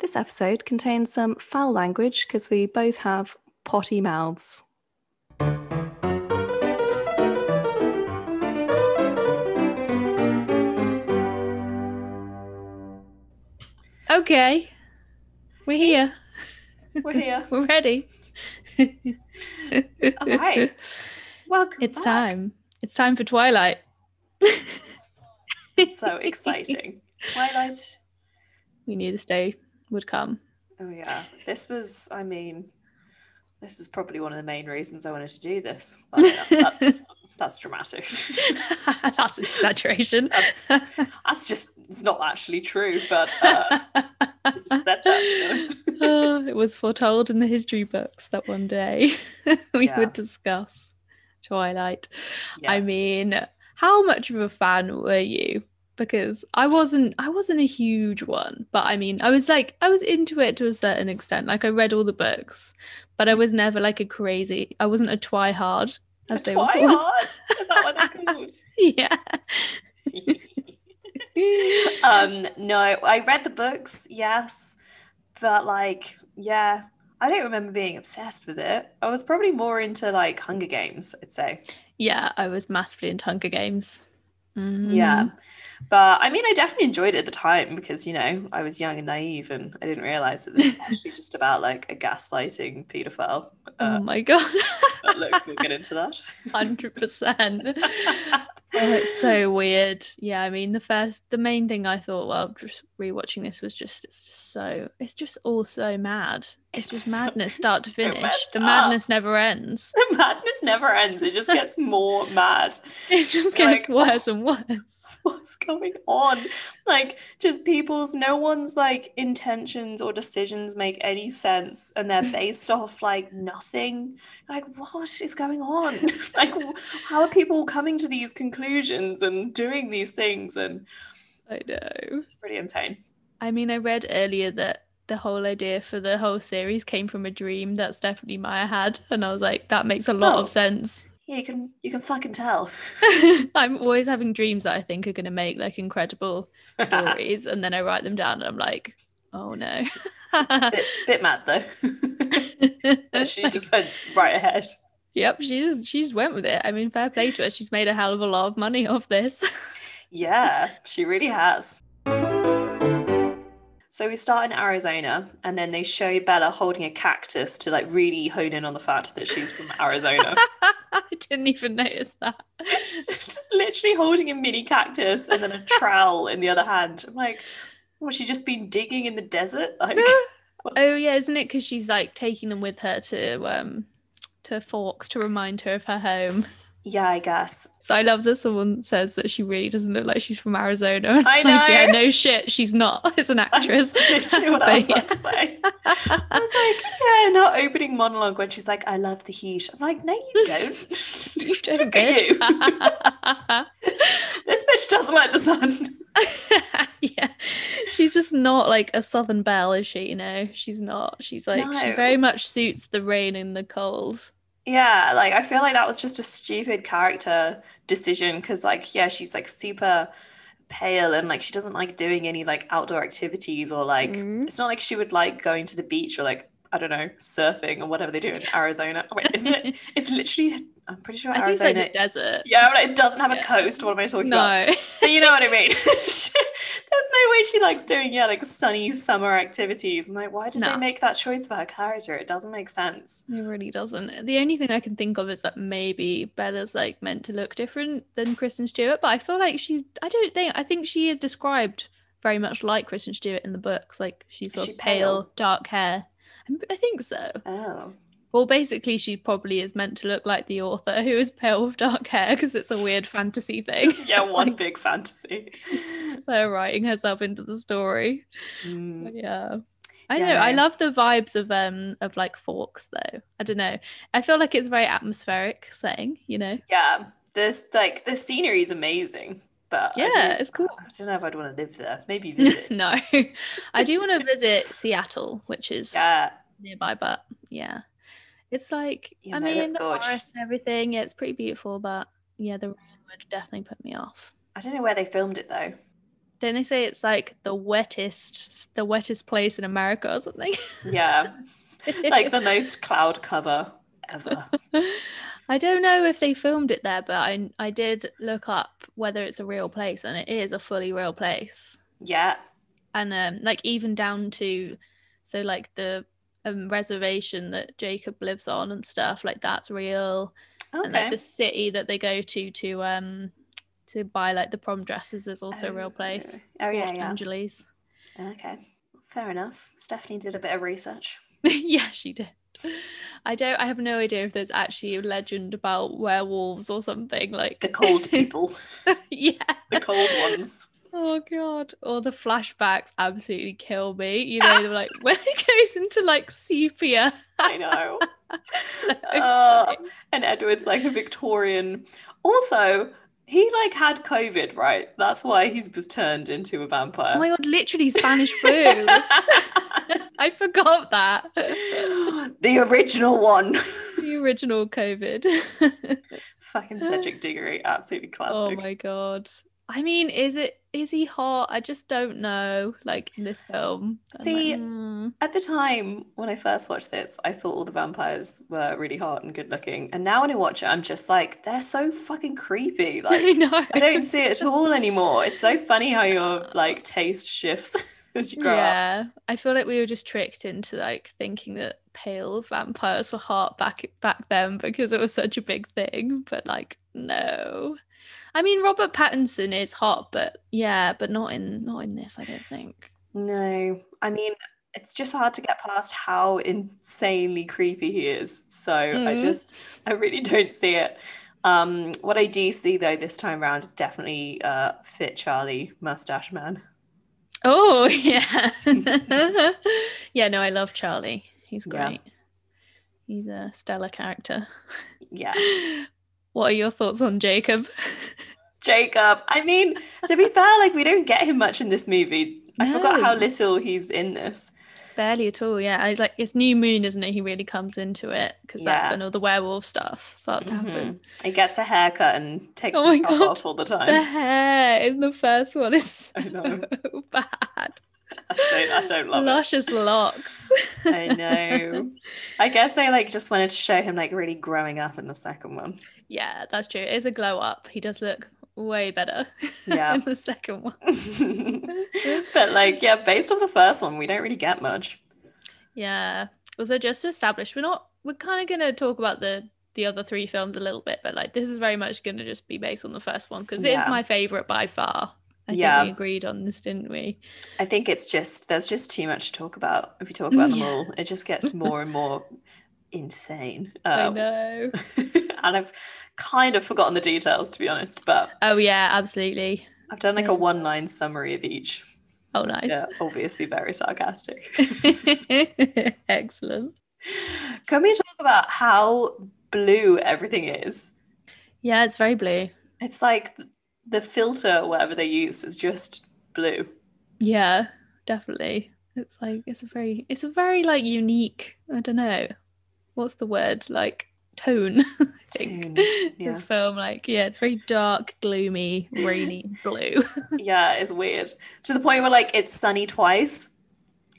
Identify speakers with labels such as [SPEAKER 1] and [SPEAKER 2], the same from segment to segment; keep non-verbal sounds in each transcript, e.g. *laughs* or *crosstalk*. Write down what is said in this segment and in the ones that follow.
[SPEAKER 1] This episode contains some foul language because we both have potty mouths.
[SPEAKER 2] Okay. We're here.
[SPEAKER 1] *laughs* We're here.
[SPEAKER 2] We're ready.
[SPEAKER 1] All right. Welcome.
[SPEAKER 2] *laughs* It's
[SPEAKER 1] back.
[SPEAKER 2] time. It's time for Twilight.
[SPEAKER 1] *laughs* So exciting. Twilight.
[SPEAKER 2] We knew this day
[SPEAKER 1] *laughs*
[SPEAKER 2] would come.
[SPEAKER 1] Oh, yeah. This was, I mean, this was probably one of the main reasons I wanted to do this. Well,
[SPEAKER 2] *laughs*
[SPEAKER 1] yeah, that's, that's dramatic. *laughs*
[SPEAKER 2] That's an exaggeration. *laughs*
[SPEAKER 1] That's, that's just, it's not actually true, but uh, said that to be honest.
[SPEAKER 2] Oh, it was foretold in the history books that one day *laughs* we
[SPEAKER 1] Yeah.
[SPEAKER 2] would discuss Twilight. I
[SPEAKER 1] yes.
[SPEAKER 2] mean, how much of a fan were you? Because I wasn't I wasn't a huge one, but I mean, I was like I was into it to a certain extent. Like I read all the books, but I was never like a crazy. I wasn't a twihard as they were called. *laughs*
[SPEAKER 1] Twilight. Is that what they're called?
[SPEAKER 2] yeah. *laughs*
[SPEAKER 1] um no i read the books yes but like yeah i don't remember being obsessed with it i was probably more into like hunger games i'd say
[SPEAKER 2] yeah, I was massively into Hunger Games.
[SPEAKER 1] yeah
[SPEAKER 2] Mhm.
[SPEAKER 1] but i mean i definitely enjoyed it at the time because you know i was young and naive and i didn't realize that
[SPEAKER 2] *laughs*
[SPEAKER 1] this is actually just about like a gaslighting pedophile
[SPEAKER 2] Oh
[SPEAKER 1] uh,
[SPEAKER 2] my god. *laughs*
[SPEAKER 1] but look we'll get into that
[SPEAKER 2] *laughs* 100%. Oh, it's so weird. Yeah, I mean, the first, the main thing I thought while just rewatching this was just, it's just so, it's just all so mad. It's,
[SPEAKER 1] It's
[SPEAKER 2] just
[SPEAKER 1] so- *laughs*
[SPEAKER 2] madness, start to
[SPEAKER 1] so
[SPEAKER 2] finish.
[SPEAKER 1] messed
[SPEAKER 2] the
[SPEAKER 1] up.
[SPEAKER 2] madness never ends.
[SPEAKER 1] *laughs*
[SPEAKER 2] *laughs*
[SPEAKER 1] the madness never ends it just gets more mad
[SPEAKER 2] It just
[SPEAKER 1] You're
[SPEAKER 2] gets worse and worse.
[SPEAKER 1] *laughs* what's going on like just people's no one's like intentions or decisions make any sense and they're based off like nothing like what is going on *laughs* like wh- how are people coming to these conclusions and doing these things and
[SPEAKER 2] I know.
[SPEAKER 1] *laughs* it's pretty insane
[SPEAKER 2] I mean, I read earlier that the whole idea for the whole series came from a dream that Stephanie Meyer had. And I was like, that makes a lot
[SPEAKER 1] Oh.
[SPEAKER 2] of sense. *laughs*
[SPEAKER 1] yeah you can you can fucking tell *laughs*
[SPEAKER 2] I'm always having dreams that I think are going to make
[SPEAKER 1] *laughs*
[SPEAKER 2] like incredible stories. and then I write them down and I'm like, oh no.
[SPEAKER 1] it's a bit, bit mad though *laughs* But
[SPEAKER 2] *laughs*
[SPEAKER 1] she just went right ahead
[SPEAKER 2] yep, she just she just went with it. I mean, fair play to her. She's made a hell of a lot of money off this. *laughs*
[SPEAKER 1] Yeah, she really has. So we start in Arizona, and then they show Bella holding a cactus to like really hone in on the fact that she's from
[SPEAKER 2] *laughs*
[SPEAKER 1] Arizona.
[SPEAKER 2] I didn't even notice
[SPEAKER 1] *laughs*
[SPEAKER 2] that.
[SPEAKER 1] she's just literally holding a mini cactus and then a trowel in the other hand. I'm like, was she just been digging in the desert?
[SPEAKER 2] *laughs*
[SPEAKER 1] Like, *laughs* what's-
[SPEAKER 2] Oh yeah, isn't it? Because she's like taking them with her to um to Forks to remind her of her home.
[SPEAKER 1] yeah, I guess. *laughs*
[SPEAKER 2] So I love that someone says that she really doesn't look like she's from Arizona. *laughs* And
[SPEAKER 1] I
[SPEAKER 2] I'm like, yeah,
[SPEAKER 1] know.
[SPEAKER 2] no shit, she's not. *laughs* It's an
[SPEAKER 1] That's
[SPEAKER 2] actress. *laughs*
[SPEAKER 1] literally what I was
[SPEAKER 2] But
[SPEAKER 1] about to say. I was like, yeah, in her opening monologue when she's like, I love the heat. I'm like, no, you
[SPEAKER 2] *laughs*
[SPEAKER 1] don't. *laughs*
[SPEAKER 2] You don't
[SPEAKER 1] Look at
[SPEAKER 2] good. *laughs*
[SPEAKER 1] *laughs* this bitch doesn't like the sun.
[SPEAKER 2] *laughs* yeah. She's just not like a southern belle, is she? You know, she's not. She's like she
[SPEAKER 1] No.
[SPEAKER 2] very much suits the rain and the cold.
[SPEAKER 1] Yeah, like I feel like that was just a stupid character decision because, like, yeah, she's like super pale and like she doesn't like doing any like outdoor activities or like
[SPEAKER 2] Mm.
[SPEAKER 1] it's not like she would like going to the beach or like I don't know surfing or whatever they do in Arizona. Wait, isn't
[SPEAKER 2] *laughs*
[SPEAKER 1] it? It's literally I'm pretty sure
[SPEAKER 2] I think it's like
[SPEAKER 1] Arizona.
[SPEAKER 2] the desert.
[SPEAKER 1] yeah, but it doesn't have a
[SPEAKER 2] Yeah.
[SPEAKER 1] coast. What am I talking about?
[SPEAKER 2] No.
[SPEAKER 1] But you know what I mean. *laughs* There's no way she likes doing yeah like sunny summer activities. And like, why did they
[SPEAKER 2] No.
[SPEAKER 1] make that choice for her character? It doesn't make sense.
[SPEAKER 2] *laughs* It really doesn't. The only thing I can think of is that maybe Bella's like meant to look different than Kristen Stewart, but I feel like she's I don't think I think she is described very much like Kristen Stewart in the books. Like she's
[SPEAKER 1] Is
[SPEAKER 2] sort
[SPEAKER 1] she
[SPEAKER 2] of pale,
[SPEAKER 1] pale?
[SPEAKER 2] dark hair. I- I think so.
[SPEAKER 1] Oh.
[SPEAKER 2] Well, basically, she probably is meant to look like the author who is pale with dark hair because it's a
[SPEAKER 1] *laughs*
[SPEAKER 2] weird fantasy thing. *laughs*
[SPEAKER 1] Just, yeah, one big fantasy.
[SPEAKER 2] so writing herself into the story.
[SPEAKER 1] Mm,
[SPEAKER 2] But yeah. I
[SPEAKER 1] Yeah,
[SPEAKER 2] know. I
[SPEAKER 1] no.
[SPEAKER 2] love the vibes of um of like forks though. I don't know. I feel like it's very atmospheric setting, you know.
[SPEAKER 1] yeah, this like the scenery is amazing, but I
[SPEAKER 2] Yeah,
[SPEAKER 1] don't-
[SPEAKER 2] it's cool.
[SPEAKER 1] *laughs* I don't know if I'd want to live there. Maybe visit.
[SPEAKER 2] *laughs* no. I do want to visit Seattle, which is
[SPEAKER 1] yeah,
[SPEAKER 2] nearby, but yeah. It's like
[SPEAKER 1] Yeah,
[SPEAKER 2] I
[SPEAKER 1] no, that's
[SPEAKER 2] mean the
[SPEAKER 1] gorge.
[SPEAKER 2] forest and everything, yeah, it's pretty beautiful, but yeah, the rain would definitely put me off.
[SPEAKER 1] I don't know where they filmed it though.
[SPEAKER 2] Don't they say it's like the wettest, the wettest place in America or something? *laughs*
[SPEAKER 1] Yeah. like the most cloud cover
[SPEAKER 2] *laughs*
[SPEAKER 1] ever.
[SPEAKER 2] I don't know if they filmed it there, but I I did look up whether it's a real place, and it is a fully real place.
[SPEAKER 1] Yeah.
[SPEAKER 2] And um, like even down to, so like the um, reservation that Jacob lives on and stuff like that's real, and like
[SPEAKER 1] Okay.
[SPEAKER 2] the city that they go to to um to buy like the prom dresses is also a real
[SPEAKER 1] Oh,
[SPEAKER 2] place.
[SPEAKER 1] Oh, yeah,
[SPEAKER 2] Port
[SPEAKER 1] yeah.
[SPEAKER 2] Angeles.
[SPEAKER 1] Okay. Fair enough. Stephanie did a bit of research.
[SPEAKER 2] *laughs* yeah, she did. I don't. I have no idea if there's actually a legend about werewolves or something like
[SPEAKER 1] The
[SPEAKER 2] *laughs*
[SPEAKER 1] cold people,
[SPEAKER 2] yeah.
[SPEAKER 1] the cold ones.
[SPEAKER 2] Oh god. All the flashbacks absolutely kill me.
[SPEAKER 1] *laughs*
[SPEAKER 2] You know, they're like when it goes into like sepia.
[SPEAKER 1] I
[SPEAKER 2] *laughs*
[SPEAKER 1] know.
[SPEAKER 2] I'm
[SPEAKER 1] Uh,
[SPEAKER 2] sorry.
[SPEAKER 1] and Edward's like a Victorian. Also, he like had COVID, right? That's why he was turned into a vampire.
[SPEAKER 2] oh
[SPEAKER 1] *laughs*
[SPEAKER 2] my god, literally Spanish flu. *laughs* I
[SPEAKER 1] *laughs*
[SPEAKER 2] forgot that.
[SPEAKER 1] *gasps* the original one.
[SPEAKER 2] *laughs* the original COVID.
[SPEAKER 1] Fucking Cedric Diggory, absolutely
[SPEAKER 2] oh
[SPEAKER 1] classic.
[SPEAKER 2] my god. I mean, is it is he hot? I just don't know. Like in this film. I'm like,
[SPEAKER 1] See,
[SPEAKER 2] "Hmm."
[SPEAKER 1] At the time when I first watched this, I thought all the vampires were really hot and good looking. And now when I watch it, I'm just like, they're so fucking creepy.
[SPEAKER 2] *laughs* I
[SPEAKER 1] Like,
[SPEAKER 2] know.
[SPEAKER 1] I don't see it at all anymore. It's so funny how your like taste shifts *laughs* as you grow up.
[SPEAKER 2] yeah, I feel like we were just tricked into like thinking that pale vampires were hot back back then because it was such a big thing. But like, no, I mean Robert Pattinson is hot, but yeah, but not in not in this. I don't think.
[SPEAKER 1] No, I mean, it's just hard to get past how insanely creepy he is. So I
[SPEAKER 2] Mhm.
[SPEAKER 1] just, I really don't see it. Um, what I do see though this time around is definitely uh, fit Charlie, mustache man.
[SPEAKER 2] Oh *laughs* yeah, yeah. No, I love Charlie. He's
[SPEAKER 1] Yeah.
[SPEAKER 2] great. He's a stellar character. *laughs*
[SPEAKER 1] Yeah.
[SPEAKER 2] What are your thoughts on Jacob? *laughs*
[SPEAKER 1] Jacob. I mean, to be fair, like we don't get him much in this movie. I forgot
[SPEAKER 2] No.
[SPEAKER 1] how little he's in this.
[SPEAKER 2] Barely at all, yeah. It's like it's new moon, isn't it? He really comes into it because
[SPEAKER 1] Yeah. Mm-hmm.
[SPEAKER 2] that's when all the werewolf stuff starts to happen.
[SPEAKER 1] He gets a haircut and takes
[SPEAKER 2] Oh
[SPEAKER 1] his
[SPEAKER 2] my
[SPEAKER 1] top
[SPEAKER 2] God.
[SPEAKER 1] off all the
[SPEAKER 2] The
[SPEAKER 1] time.
[SPEAKER 2] hair in the first one is
[SPEAKER 1] *laughs* I
[SPEAKER 2] so *laughs*
[SPEAKER 1] know.
[SPEAKER 2] bad.
[SPEAKER 1] I don't, I don't love
[SPEAKER 2] *laughs*
[SPEAKER 1] it.
[SPEAKER 2] Luscious locks. *laughs*
[SPEAKER 1] I know. I guess they like just wanted to show him like really growing up in the second one. *laughs*
[SPEAKER 2] yeah, that's true. It is a glow up. He does look way better *laughs*
[SPEAKER 1] Yeah.
[SPEAKER 2] in the second one.
[SPEAKER 1] *laughs* but like, yeah, based off the first one, we don't really get much.
[SPEAKER 2] Yeah. Also, just to establish, we're not. We're kind of gonna talk about the the other three films a little bit, but like this is very much gonna just be based on the first one because
[SPEAKER 1] Yeah.
[SPEAKER 2] it's my favorite by far. I
[SPEAKER 1] Yeah.
[SPEAKER 2] think we agreed on this, didn't we?
[SPEAKER 1] I think it's just there's just too much to talk about. If you talk about them
[SPEAKER 2] Yeah.
[SPEAKER 1] all, it just gets more and more insane.
[SPEAKER 2] I
[SPEAKER 1] Uh,
[SPEAKER 2] know.
[SPEAKER 1] *laughs* and I've kind of forgotten the details to be honest, but
[SPEAKER 2] Oh yeah, absolutely.
[SPEAKER 1] I've done like a
[SPEAKER 2] Yeah.
[SPEAKER 1] one line summary of each.
[SPEAKER 2] Oh nice.
[SPEAKER 1] Yeah, obviously very sarcastic.
[SPEAKER 2] *laughs* Excellent.
[SPEAKER 1] Can we talk about how blue everything is?
[SPEAKER 2] Yeah, it's very blue.
[SPEAKER 1] It's like th- the filter, or whatever they use, is just
[SPEAKER 2] *laughs*
[SPEAKER 1] blue.
[SPEAKER 2] Yeah, definitely. It's like it's a very it's a very like unique, I don't know. What's the word? Like tone. *laughs* I
[SPEAKER 1] Tone,
[SPEAKER 2] think.
[SPEAKER 1] yes.
[SPEAKER 2] This film, like, yeah, it's very dark, gloomy, rainy blue.
[SPEAKER 1] yeah, it's weird to the point where like it's sunny twice.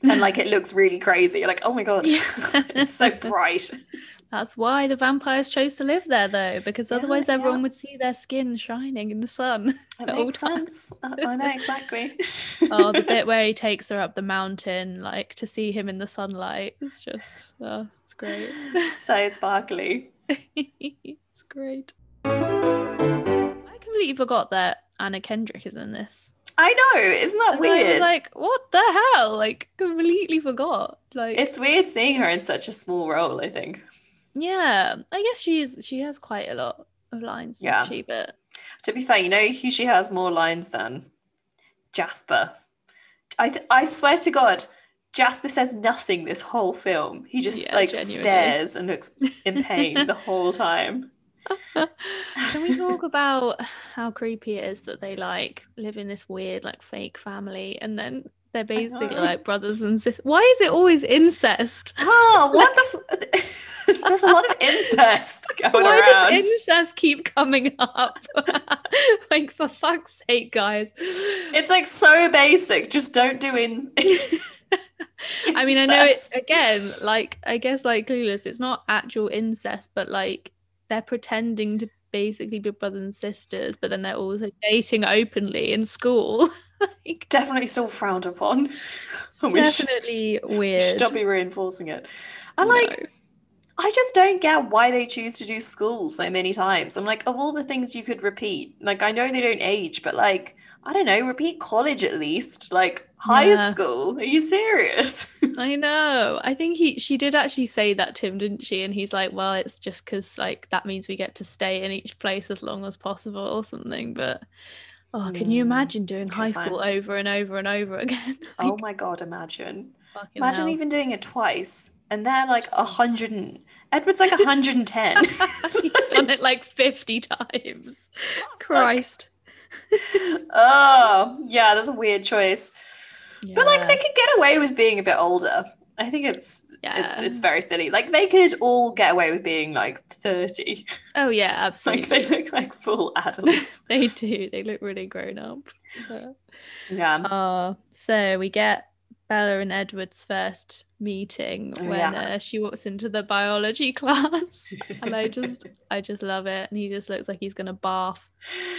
[SPEAKER 1] And like it looks really crazy. You're like, oh my god,
[SPEAKER 2] Yeah.
[SPEAKER 1] *laughs* it's so
[SPEAKER 2] *laughs*
[SPEAKER 1] bright.
[SPEAKER 2] That's why the vampires chose to live there though, because
[SPEAKER 1] Yeah,
[SPEAKER 2] otherwise
[SPEAKER 1] yeah.
[SPEAKER 2] everyone would see their skin shining in the sun.
[SPEAKER 1] It
[SPEAKER 2] The whole
[SPEAKER 1] makes
[SPEAKER 2] time.
[SPEAKER 1] sense. I, I know exactly.
[SPEAKER 2] oh, the bit where he takes her up the mountain, like to see him in the sunlight. It's just, oh, it's great. *laughs*
[SPEAKER 1] *laughs* so sparkly.
[SPEAKER 2] it's great. I completely forgot that Anna Kendrick is in this.
[SPEAKER 1] I know, isn't that
[SPEAKER 2] And I was
[SPEAKER 1] weird?
[SPEAKER 2] like, what the hell? Like, completely forgot. Like,
[SPEAKER 1] It's weird seeing her in such a small role, I think.
[SPEAKER 2] yeah, I guess she is. She has quite a lot of lines.
[SPEAKER 1] Yeah.
[SPEAKER 2] Yeah, she, but
[SPEAKER 1] To be fair, you know who she has more lines than? Jasper. I th- I swear to God, Jasper says nothing this whole film. He just
[SPEAKER 2] Yeah,
[SPEAKER 1] like
[SPEAKER 2] genuinely.
[SPEAKER 1] stares and looks in
[SPEAKER 2] *laughs*
[SPEAKER 1] pain the whole time.
[SPEAKER 2] Can we talk about how creepy it is that they like live in this weird like fake family and then they're
[SPEAKER 1] know.
[SPEAKER 2] basically like brothers and sisters? Why is it always incest?
[SPEAKER 1] Oh, what the? F- *laughs* There's a lot of incest
[SPEAKER 2] *laughs*
[SPEAKER 1] going
[SPEAKER 2] Why
[SPEAKER 1] around.
[SPEAKER 2] does incest keep coming up? *laughs* like for fuck's sake, guys.
[SPEAKER 1] it's like so basic. Just don't do in.
[SPEAKER 2] *laughs* I mean, I know it's
[SPEAKER 1] incest.
[SPEAKER 2] again, like I guess like clueless, it's not actual incest, but like they're pretending to basically be brothers and sisters, but then they're also dating openly in
[SPEAKER 1] *laughs*
[SPEAKER 2] school. like,
[SPEAKER 1] definitely still frowned upon. *laughs* And we should,
[SPEAKER 2] definitely
[SPEAKER 1] we
[SPEAKER 2] weird.
[SPEAKER 1] should not be reinforcing it. And like,
[SPEAKER 2] No.
[SPEAKER 1] I just don't get why they choose to do school so many times. I'm like, of all the things you could repeat, like I know they don't age, but like I don't know, repeat college at least, like high
[SPEAKER 2] Yeah.
[SPEAKER 1] school. Are you
[SPEAKER 2] *laughs*
[SPEAKER 1] serious?
[SPEAKER 2] I know. I think he she did actually say that to him, didn't she? And he's like, well, it's just because like that means we get to stay in each place as long as possible or something. But oh, can you
[SPEAKER 1] Mm.
[SPEAKER 2] imagine doing
[SPEAKER 1] Okay,
[SPEAKER 2] high
[SPEAKER 1] fine.
[SPEAKER 2] school over and over and over again? *laughs*
[SPEAKER 1] oh
[SPEAKER 2] Like,
[SPEAKER 1] my god, imagine.
[SPEAKER 2] fucking
[SPEAKER 1] Imagine
[SPEAKER 2] hell.
[SPEAKER 1] even doing it twice. And they're like a hundred and Edward's like a hundred and
[SPEAKER 2] *laughs*
[SPEAKER 1] ten. *laughs*
[SPEAKER 2] He's done it like 50 times. Christ.
[SPEAKER 1] oh yeah, that's a weird choice. But like
[SPEAKER 2] Yeah.
[SPEAKER 1] they could get away with being a bit older. I think it's it's
[SPEAKER 2] Yeah.
[SPEAKER 1] it's very silly. Like they could all get away with being like 30.
[SPEAKER 2] oh yeah,
[SPEAKER 1] *laughs* Like
[SPEAKER 2] absolutely.
[SPEAKER 1] they look like full adults.
[SPEAKER 2] *laughs* they do. They look really grown up. But-
[SPEAKER 1] *laughs* yeah.
[SPEAKER 2] Uh, so we get Bella and Edward's first meeting
[SPEAKER 1] Oh,
[SPEAKER 2] when
[SPEAKER 1] yeah.
[SPEAKER 2] uh, she walks into the biology *laughs* class, and I just, I just love it. And he just looks like he's gonna barf.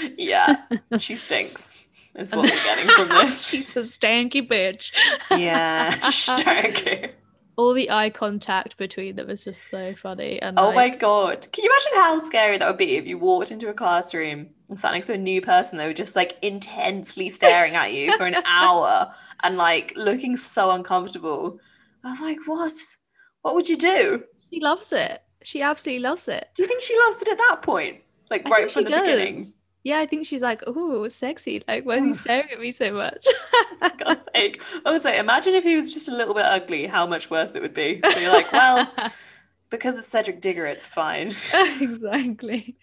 [SPEAKER 1] *laughs*
[SPEAKER 2] *laughs*
[SPEAKER 1] yeah. She stinks. Is what we're getting from this.
[SPEAKER 2] She's a stanky bitch.
[SPEAKER 1] *laughs* yeah. *laughs*
[SPEAKER 2] *laughs*
[SPEAKER 1] Stark.
[SPEAKER 2] All the eye contact between them is just so funny. And
[SPEAKER 1] Oh my
[SPEAKER 2] like,
[SPEAKER 1] god. Can you imagine how scary that would be if you walked into a classroom and sat next to a new person that were just like intensely staring at you
[SPEAKER 2] *laughs*
[SPEAKER 1] for an hour and like looking so uncomfortable? I was like, what? What would you do?
[SPEAKER 2] she loves it. She absolutely loves it.
[SPEAKER 1] Do you think she loves it at that point? Like
[SPEAKER 2] I
[SPEAKER 1] right
[SPEAKER 2] think
[SPEAKER 1] from the
[SPEAKER 2] she does.
[SPEAKER 1] beginning.
[SPEAKER 2] Yeah, I think she's like, oh, sexy. Like, why is he
[SPEAKER 1] Ooh.
[SPEAKER 2] staring at me so much?
[SPEAKER 1] For *laughs* God's sake. Also, imagine if he was just a little bit ugly, how much worse it would be. So you're
[SPEAKER 2] *laughs*
[SPEAKER 1] like, well, because it's Cedric Digger, it's fine. *laughs*
[SPEAKER 2] *laughs* exactly.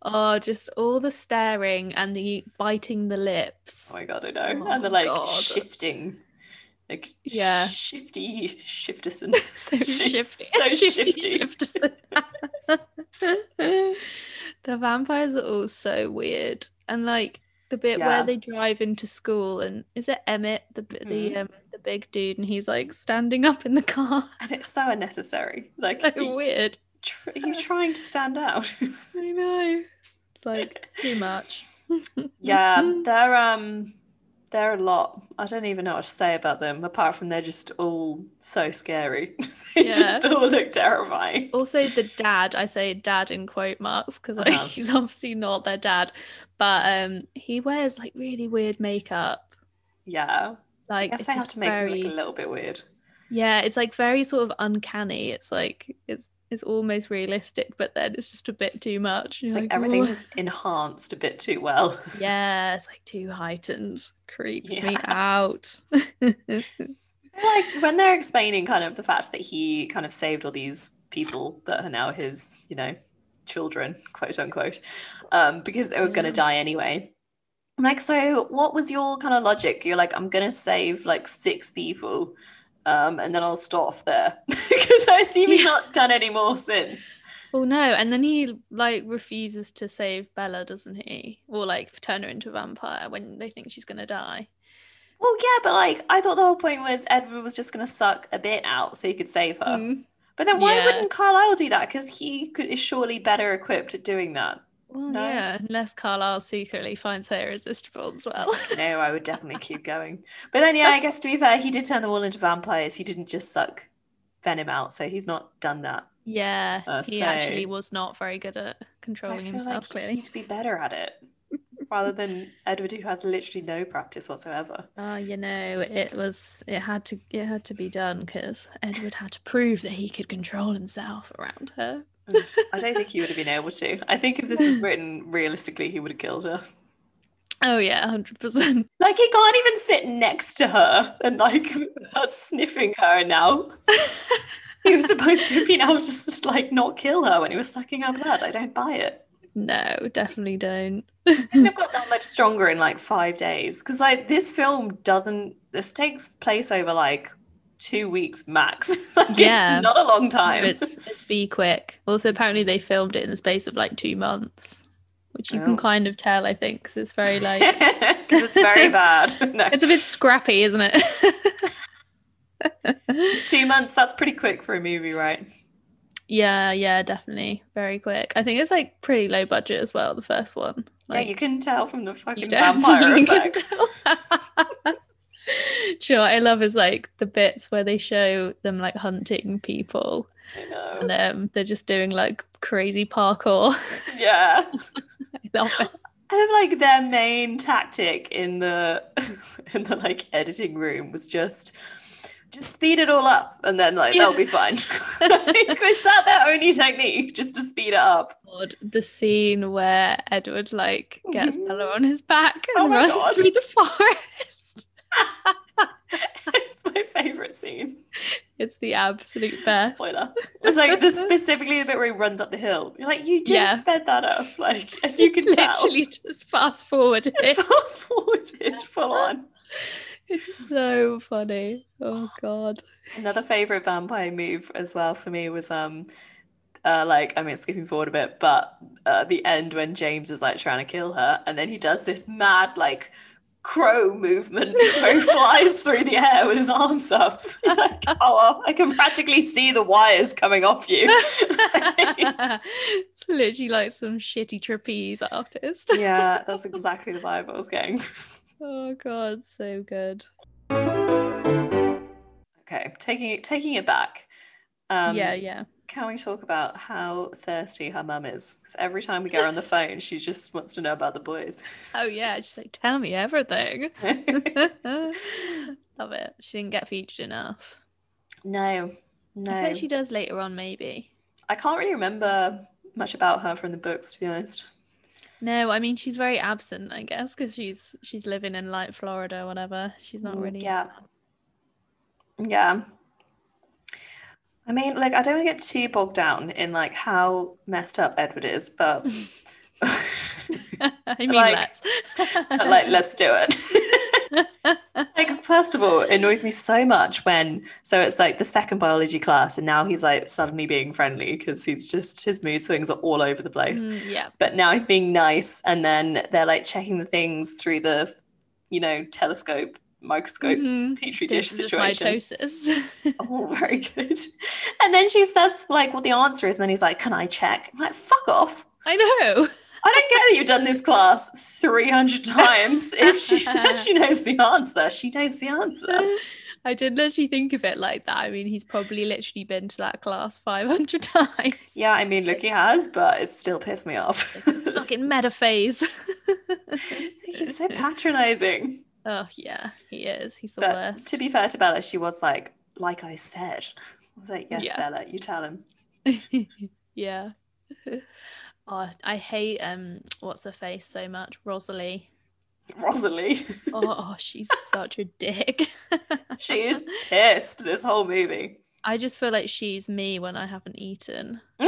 [SPEAKER 2] Oh, just all the staring and the biting the lips.
[SPEAKER 1] Oh my god, I know.
[SPEAKER 2] Oh
[SPEAKER 1] and the like
[SPEAKER 2] God.
[SPEAKER 1] shifting. Like
[SPEAKER 2] Yeah.
[SPEAKER 1] shifty shifterson.
[SPEAKER 2] *laughs* so
[SPEAKER 1] She's
[SPEAKER 2] shifty. *laughs*
[SPEAKER 1] so shifty.
[SPEAKER 2] shifterson. *laughs* the vampires are all so weird. And like the bit
[SPEAKER 1] Yeah.
[SPEAKER 2] where they drive into school and is it Emmett, the b
[SPEAKER 1] Mm-hmm.
[SPEAKER 2] the um, the big dude, and he's like standing up in the car. *laughs*
[SPEAKER 1] And it's so unnecessary. Like
[SPEAKER 2] so
[SPEAKER 1] you,
[SPEAKER 2] weird.
[SPEAKER 1] tr- you trying to stand out. *laughs*
[SPEAKER 2] I know. It's like it's too much. *laughs*
[SPEAKER 1] yeah,
[SPEAKER 2] Mm-hmm.
[SPEAKER 1] they're um they're a lot. I don't even know what to say about them, apart from they're just all so scary. *laughs* they
[SPEAKER 2] Yeah.
[SPEAKER 1] just all look terrifying.
[SPEAKER 2] also the dad i say dad in quote marks because like,
[SPEAKER 1] Uh-huh.
[SPEAKER 2] *laughs* he's obviously not their dad but um he wears like really weird makeup
[SPEAKER 1] Yeah. I
[SPEAKER 2] like
[SPEAKER 1] guess
[SPEAKER 2] it's
[SPEAKER 1] I have
[SPEAKER 2] just
[SPEAKER 1] to make them
[SPEAKER 2] very
[SPEAKER 1] look a little bit weird.
[SPEAKER 2] yeah it's like very sort of uncanny it's like it's it's almost realistic but then it's just a bit too much You're
[SPEAKER 1] Like
[SPEAKER 2] "Whoa."
[SPEAKER 1] everything's enhanced a bit too well. *laughs*
[SPEAKER 2] yeah it's like too heightened creeps me
[SPEAKER 1] Yeah.
[SPEAKER 2] out *laughs*
[SPEAKER 1] like when they're explaining kind of the fact that he kind of saved all these people that are now his you know children quote unquote um because they were going to
[SPEAKER 2] Yeah.
[SPEAKER 1] die anyway i'm like so what was your kind of logic you're like i'm going to save like six people um and then i'll stop there *laughs* because i assume he's
[SPEAKER 2] Yeah.
[SPEAKER 1] not done any more since
[SPEAKER 2] oh no and then he like refuses to save bella doesn't he or like turn her into a vampire when they think she's gonna die
[SPEAKER 1] well yeah but like i thought the whole point was edward was just going to suck a bit out so he could save her
[SPEAKER 2] Mm.
[SPEAKER 1] but then why
[SPEAKER 2] Yeah.
[SPEAKER 1] wouldn't carlisle do that because he could is surely better equipped at doing that
[SPEAKER 2] Well,
[SPEAKER 1] No?
[SPEAKER 2] yeah, unless Carlisle secretly finds her irresistible as well.
[SPEAKER 1] no, I would definitely keep going. But then, yeah, I guess to be fair, he did turn them all into vampires. He didn't just suck venom out, so he's not done that.
[SPEAKER 2] *laughs* yeah,
[SPEAKER 1] Uh,
[SPEAKER 2] he
[SPEAKER 1] so-
[SPEAKER 2] actually was not very good at
[SPEAKER 1] But I
[SPEAKER 2] controlling
[SPEAKER 1] feel
[SPEAKER 2] himself,
[SPEAKER 1] like
[SPEAKER 2] clearly.
[SPEAKER 1] he'd be better at it rather than Edward, who has literally no practice whatsoever.
[SPEAKER 2] Ah, you know, it was it had to it had to be done because Edward had to prove that he could control himself around her.
[SPEAKER 1] I don't think he would have been able to. I think if this
[SPEAKER 2] *laughs*
[SPEAKER 1] was written realistically, he would have killed her.
[SPEAKER 2] Oh yeah, hundred percent. *laughs*
[SPEAKER 1] Like he can't even sit next to her and like that's sniffing her
[SPEAKER 2] *laughs*
[SPEAKER 1] now. he was supposed to have been able to just like not kill her when he was sucking her blood. I don't buy it.
[SPEAKER 2] No, definitely don't.
[SPEAKER 1] think I've got that much stronger in like five days because like this film doesn't. This takes place over like two weeks max. *laughs* like
[SPEAKER 2] Yeah.
[SPEAKER 1] it's not a long time. *laughs*
[SPEAKER 2] It's it's be quick. Also, apparently they filmed it in the space of like two months, which you
[SPEAKER 1] Oh.
[SPEAKER 2] can kind of tell. I think 'cause it's very like
[SPEAKER 1] *laughs* because it's very bad. *laughs* No.
[SPEAKER 2] it's a bit scrappy, isn't it? *laughs*
[SPEAKER 1] It's two months. That's pretty quick for a movie, right?
[SPEAKER 2] yeah, yeah, definitely very quick. I think it's like pretty low budget as well. The first one. Like,
[SPEAKER 1] yeah, you can tell from the
[SPEAKER 2] you
[SPEAKER 1] fucking
[SPEAKER 2] *laughs* don't-
[SPEAKER 1] vampire
[SPEAKER 2] you can
[SPEAKER 1] effects.
[SPEAKER 2] tell. *laughs* sure, I love is like the bits where they show them like hunting people,
[SPEAKER 1] I
[SPEAKER 2] *laughs*
[SPEAKER 1] know.
[SPEAKER 2] and um, they're just doing like crazy parkour. *laughs*
[SPEAKER 1] Yeah.
[SPEAKER 2] I
[SPEAKER 1] *gasps*
[SPEAKER 2] love it.
[SPEAKER 1] And like their main tactic in the *laughs* in the like editing room was just just speed it all up and then like they'll be
[SPEAKER 2] *laughs*
[SPEAKER 1] fine. *laughs* like, was that their only technique? Just to speed it up. *laughs*
[SPEAKER 2] God, the scene where Edward like
[SPEAKER 1] *laughs*
[SPEAKER 2] gets
[SPEAKER 1] Mhm.
[SPEAKER 2] Bella on his back
[SPEAKER 1] Oh
[SPEAKER 2] and
[SPEAKER 1] my
[SPEAKER 2] runs
[SPEAKER 1] God.
[SPEAKER 2] through the *laughs* forest.
[SPEAKER 1] it's my favorite scene.
[SPEAKER 2] It's the absolute best.
[SPEAKER 1] Spoiler. It's like the specifically the bit where he runs up the hill. You're like, you just
[SPEAKER 2] Yeah.
[SPEAKER 1] sped that up. Like
[SPEAKER 2] *laughs*
[SPEAKER 1] and you can
[SPEAKER 2] It's
[SPEAKER 1] tell.
[SPEAKER 2] literally just fast forward. it.
[SPEAKER 1] It's fast forwarded full on.
[SPEAKER 2] It's so funny.
[SPEAKER 1] *laughs*
[SPEAKER 2] Oh god.
[SPEAKER 1] Another favorite vampire move as well for me was um uh like I mean skipping forward a bit, but uh the end when James is like trying to kill her and then he does this mad like crow movement. The crow flies through the air with his arms up. *laughs* like, oh well, I can practically see the wires coming off you.
[SPEAKER 2] *laughs* it's literally like some shitty trapeze artist. *laughs*
[SPEAKER 1] yeah, that's exactly the vibe I was getting.
[SPEAKER 2] Oh god, so good.
[SPEAKER 1] Okay, taking it taking it back. Um
[SPEAKER 2] yeah, yeah.
[SPEAKER 1] Can we talk about how thirsty her mum is? 'Cause every time we get her
[SPEAKER 2] *laughs*
[SPEAKER 1] on the phone, she just wants to know about the boys.
[SPEAKER 2] Oh yeah, she's like, tell me
[SPEAKER 1] *laughs*
[SPEAKER 2] everything. Love it. She didn't get featured enough.
[SPEAKER 1] no,
[SPEAKER 2] I
[SPEAKER 1] no.
[SPEAKER 2] think she does later on, maybe.
[SPEAKER 1] I can't really remember much about her from the books, to be honest.
[SPEAKER 2] No, I mean she's very absent, I guess, because she's she's living in like Florida or whatever. She's not
[SPEAKER 1] Mm,
[SPEAKER 2] really.
[SPEAKER 1] yeah. Yeah. I mean, like, I don't want to get too bogged down in like how messed up Edward is,
[SPEAKER 2] *laughs*
[SPEAKER 1] but,
[SPEAKER 2] *laughs*
[SPEAKER 1] *laughs*
[SPEAKER 2] I mean,
[SPEAKER 1] Like-
[SPEAKER 2] let's.
[SPEAKER 1] but *laughs* like, let's do it. *laughs* Like, first of all, it annoys me so much when so it's like the second biology class, and now he's like suddenly being friendly because he's just his mood swings are all over the place.
[SPEAKER 2] *laughs* Mm, yeah.
[SPEAKER 1] But now he's being nice, and then they're like checking the things through the, you know, telescope, microscope, *laughs*
[SPEAKER 2] Mhm.
[SPEAKER 1] petri dish
[SPEAKER 2] Stage of
[SPEAKER 1] situation.
[SPEAKER 2] Mitosis. *laughs*
[SPEAKER 1] Oh, very good. And then she says like what the answer is, and then he's like, "Can I check?" I'm like, "Fuck off."
[SPEAKER 2] I know. *laughs*
[SPEAKER 1] I don't care that you've done this class 300 times. If she says she knows the answer, she knows the answer.
[SPEAKER 2] I did literally think of it like that. I mean, he's probably literally been to that class 500 *laughs* times.
[SPEAKER 1] Yeah, I mean, look, he has, but it still pissed me off. *laughs*
[SPEAKER 2] Fucking metaphase.
[SPEAKER 1] He's so patronizing.
[SPEAKER 2] *laughs* oh, yeah, he is. He's the
[SPEAKER 1] But
[SPEAKER 2] worst.
[SPEAKER 1] to be fair to Bella, she was like, like I said. I was like, yes,
[SPEAKER 2] Yeah.
[SPEAKER 1] Bella, you tell him.
[SPEAKER 2] *laughs* yeah. Oh, I hate um what's her face so much,
[SPEAKER 1] *laughs*
[SPEAKER 2] Rosalie.
[SPEAKER 1] Rosalie.
[SPEAKER 2] Oh, she's such a dick. *laughs*
[SPEAKER 1] she is pissed this whole movie.
[SPEAKER 2] I just feel like she's me when I
[SPEAKER 1] *laughs*
[SPEAKER 2] haven't eaten. *laughs*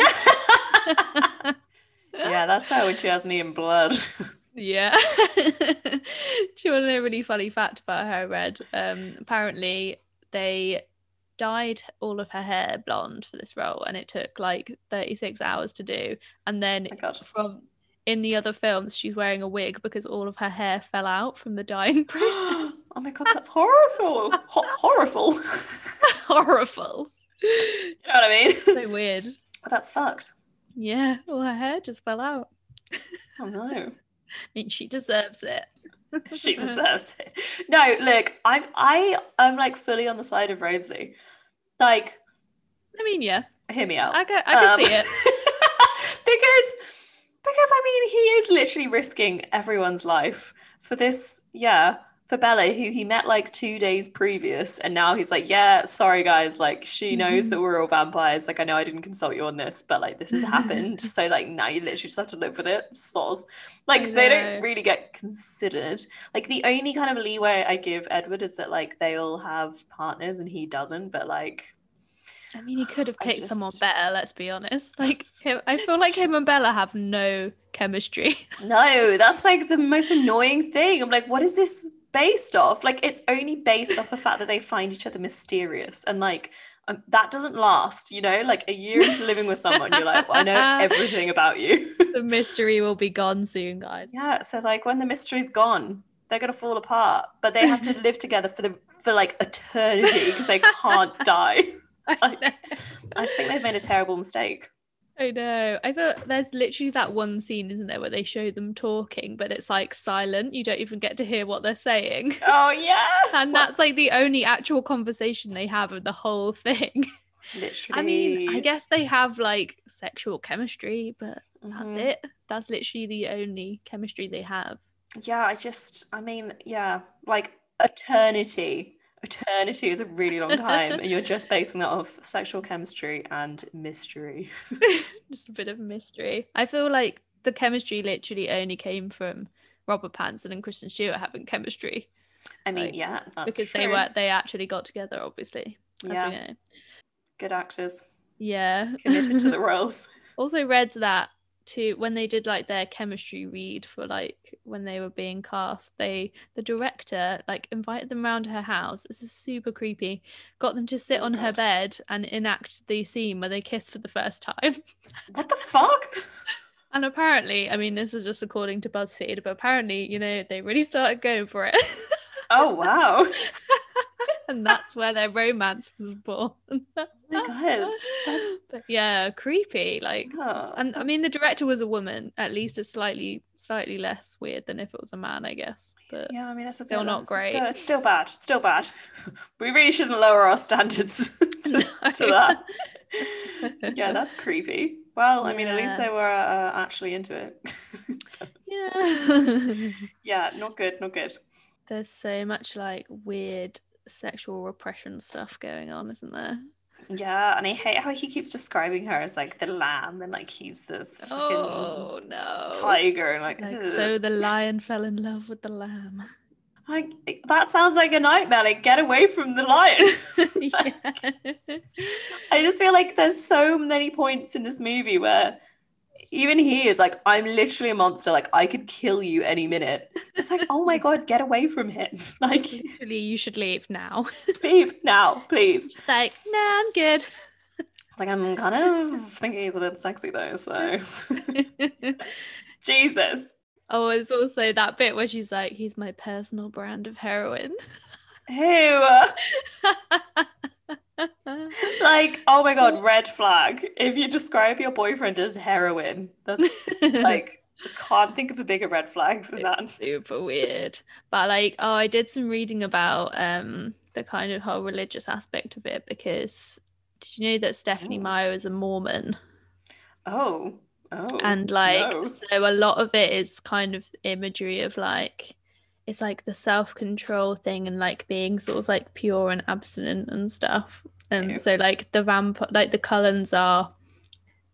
[SPEAKER 1] yeah, that's her when she hasn't eaten blood. *laughs* Oh
[SPEAKER 2] Yeah. *laughs* Do you want to know a really funny fact about her, Red? Um, apparently, they dyed all of her hair blonde for this role, and it took like 36 hours to do. And then
[SPEAKER 1] my God. *gasps*
[SPEAKER 2] from in the other films, she's wearing a wig because all of her hair fell out from the
[SPEAKER 1] *gasps*
[SPEAKER 2] dyeing *laughs* process.
[SPEAKER 1] oh my God, that's horrible. Ho- horrible. *laughs* you
[SPEAKER 2] Horrible.
[SPEAKER 1] know what I mean?
[SPEAKER 2] So weird.
[SPEAKER 1] that's fucked.
[SPEAKER 2] Yeah, all her hair just fell out.
[SPEAKER 1] Oh no.
[SPEAKER 2] I mean, she deserves it.
[SPEAKER 1] she deserves it. No, look, I'm I am like fully on the side of Rosalie. Like,
[SPEAKER 2] I mean, yeah,
[SPEAKER 1] hear me out.
[SPEAKER 2] I can, I can
[SPEAKER 1] Um,
[SPEAKER 2] see it.
[SPEAKER 1] *laughs* because because I mean he is literally risking everyone's life for this, yeah, for Bella, who he met like two days previous, and now he's like, Yeah, sorry guys, like she knows
[SPEAKER 2] Mhm.
[SPEAKER 1] that we're all vampires. Like I know I didn't consult you on this, but like this has
[SPEAKER 2] *laughs*
[SPEAKER 1] happened. so like now you literally just have to live with it. Soz. Like they
[SPEAKER 2] know.
[SPEAKER 1] don't really get considered. Like the only kind of leeway I give Edward is that like they all have partners and he doesn't, but like
[SPEAKER 2] I mean, he could have
[SPEAKER 1] I
[SPEAKER 2] picked someone
[SPEAKER 1] just-
[SPEAKER 2] better. Let's be honest. *laughs* Like, him, I feel like him and Bella have no chemistry. *laughs*
[SPEAKER 1] No, that's like the most annoying thing. I'm like, what is this based off like it's only based off the fact that they find each other mysterious and like um, that doesn't last you know like a year into living with someone you're like well, i
[SPEAKER 2] *laughs*
[SPEAKER 1] know everything about you *laughs*
[SPEAKER 2] the mystery will be gone soon, guys. *laughs*
[SPEAKER 1] yeah so like when the mystery's gone they're gonna fall apart but they have to live together for the for like eternity because they
[SPEAKER 2] *laughs*
[SPEAKER 1] can't die
[SPEAKER 2] I know.
[SPEAKER 1] i just think they've made a terrible mistake
[SPEAKER 2] I know. I feel there's literally that one scene, isn't there, where they show them talking, but it's like silent. You don't even get to hear what
[SPEAKER 1] *laughs*
[SPEAKER 2] they're saying.
[SPEAKER 1] oh yeah
[SPEAKER 2] And that's like the only actual conversation they have of the whole *laughs* thing.
[SPEAKER 1] literally
[SPEAKER 2] I mean, I guess they have like sexual chemistry, but that's
[SPEAKER 1] Mhm.
[SPEAKER 2] it. That's literally the only chemistry they have.
[SPEAKER 1] yeah i just i mean yeah like eternity eternity is a really long time
[SPEAKER 2] *laughs*
[SPEAKER 1] and you're just basing that off sexual chemistry and mystery
[SPEAKER 2] *laughs* Just a bit of mystery. I feel like the chemistry literally only came from Robert Pattinson and Kristen Stewart having chemistry
[SPEAKER 1] i mean
[SPEAKER 2] Like,
[SPEAKER 1] yeah that's
[SPEAKER 2] because
[SPEAKER 1] true.
[SPEAKER 2] they were they actually got together, obviously. As
[SPEAKER 1] yeah
[SPEAKER 2] we know.
[SPEAKER 1] good actors
[SPEAKER 2] Yeah.
[SPEAKER 1] committed to the roles
[SPEAKER 2] *laughs* also read that too when they did like their chemistry read for like when they were being cast they the director like invited them round to her house this is super creepy got them to sit
[SPEAKER 1] Oh,
[SPEAKER 2] on her
[SPEAKER 1] God.
[SPEAKER 2] bed and enact the scene where they kiss for the first time
[SPEAKER 1] what the fuck
[SPEAKER 2] and apparently i mean this is just according to buzzfeed but apparently you know they really started going for it *laughs*
[SPEAKER 1] oh wow
[SPEAKER 2] and that's where their romance was born
[SPEAKER 1] oh my god that's
[SPEAKER 2] *laughs* But yeah creepy like
[SPEAKER 1] oh,
[SPEAKER 2] And uh, I mean, the director was a woman. At least it's slightly, slightly less weird than if it was a man, I guess. But
[SPEAKER 1] yeah i mean that's a
[SPEAKER 2] still
[SPEAKER 1] bit-
[SPEAKER 2] not
[SPEAKER 1] it's still,
[SPEAKER 2] great.
[SPEAKER 1] it's still bad it's still bad *laughs* we really shouldn't lower our standards *laughs*
[SPEAKER 2] *laughs*
[SPEAKER 1] to, to that *laughs* yeah that's creepy well i mean at least
[SPEAKER 2] Yeah.
[SPEAKER 1] they were uh, actually into it *laughs*
[SPEAKER 2] yeah. *laughs*
[SPEAKER 1] yeah not good not good
[SPEAKER 2] There's so much like weird sexual repression stuff going on, isn't there?
[SPEAKER 1] yeah and i hate how he keeps describing her as like the lamb and like he's the fucking
[SPEAKER 2] Oh no!
[SPEAKER 1] tiger and like, *laughs*
[SPEAKER 2] Like,
[SPEAKER 1] ugh.
[SPEAKER 2] so the lion fell in love with
[SPEAKER 1] *laughs*
[SPEAKER 2] the lamb.
[SPEAKER 1] like that sounds like a nightmare like get away from the
[SPEAKER 2] *laughs*
[SPEAKER 1] lion
[SPEAKER 2] Yeah.
[SPEAKER 1] I just feel like there's so many points in this movie where even he is like, I'm literally a monster. Like, I could kill you any minute. It's like, oh
[SPEAKER 2] *laughs*
[SPEAKER 1] my God, get away from him. *laughs* Like,
[SPEAKER 2] Literally, you should leave now. *laughs*
[SPEAKER 1] leave now, please. *laughs*
[SPEAKER 2] She's like, nah, I'm good. *laughs*
[SPEAKER 1] It's like, I'm kind of thinking he's a bit sexy though.
[SPEAKER 2] *laughs*
[SPEAKER 1] So, Jesus.
[SPEAKER 2] oh, it's also that bit where she's like, he's my personal brand of heroin. *laughs*
[SPEAKER 1] Ew.
[SPEAKER 2] oh
[SPEAKER 1] Like, oh my God, red flag. If you describe your boyfriend as heroin,
[SPEAKER 2] *laughs*
[SPEAKER 1] that's like, can't think of a bigger red flag than that.
[SPEAKER 2] super weird but like oh i did some reading about um the kind of whole religious aspect of it because did you know that stephanie
[SPEAKER 1] Oh.
[SPEAKER 2] meyer is a mormon
[SPEAKER 1] Oh. Oh. *laughs*
[SPEAKER 2] and like
[SPEAKER 1] no.
[SPEAKER 2] so a lot of it is kind of imagery of like it's like the self-control thing and like being sort of like pure and abstinent and stuff and
[SPEAKER 1] Ew.
[SPEAKER 2] so like the vamp like the cullens are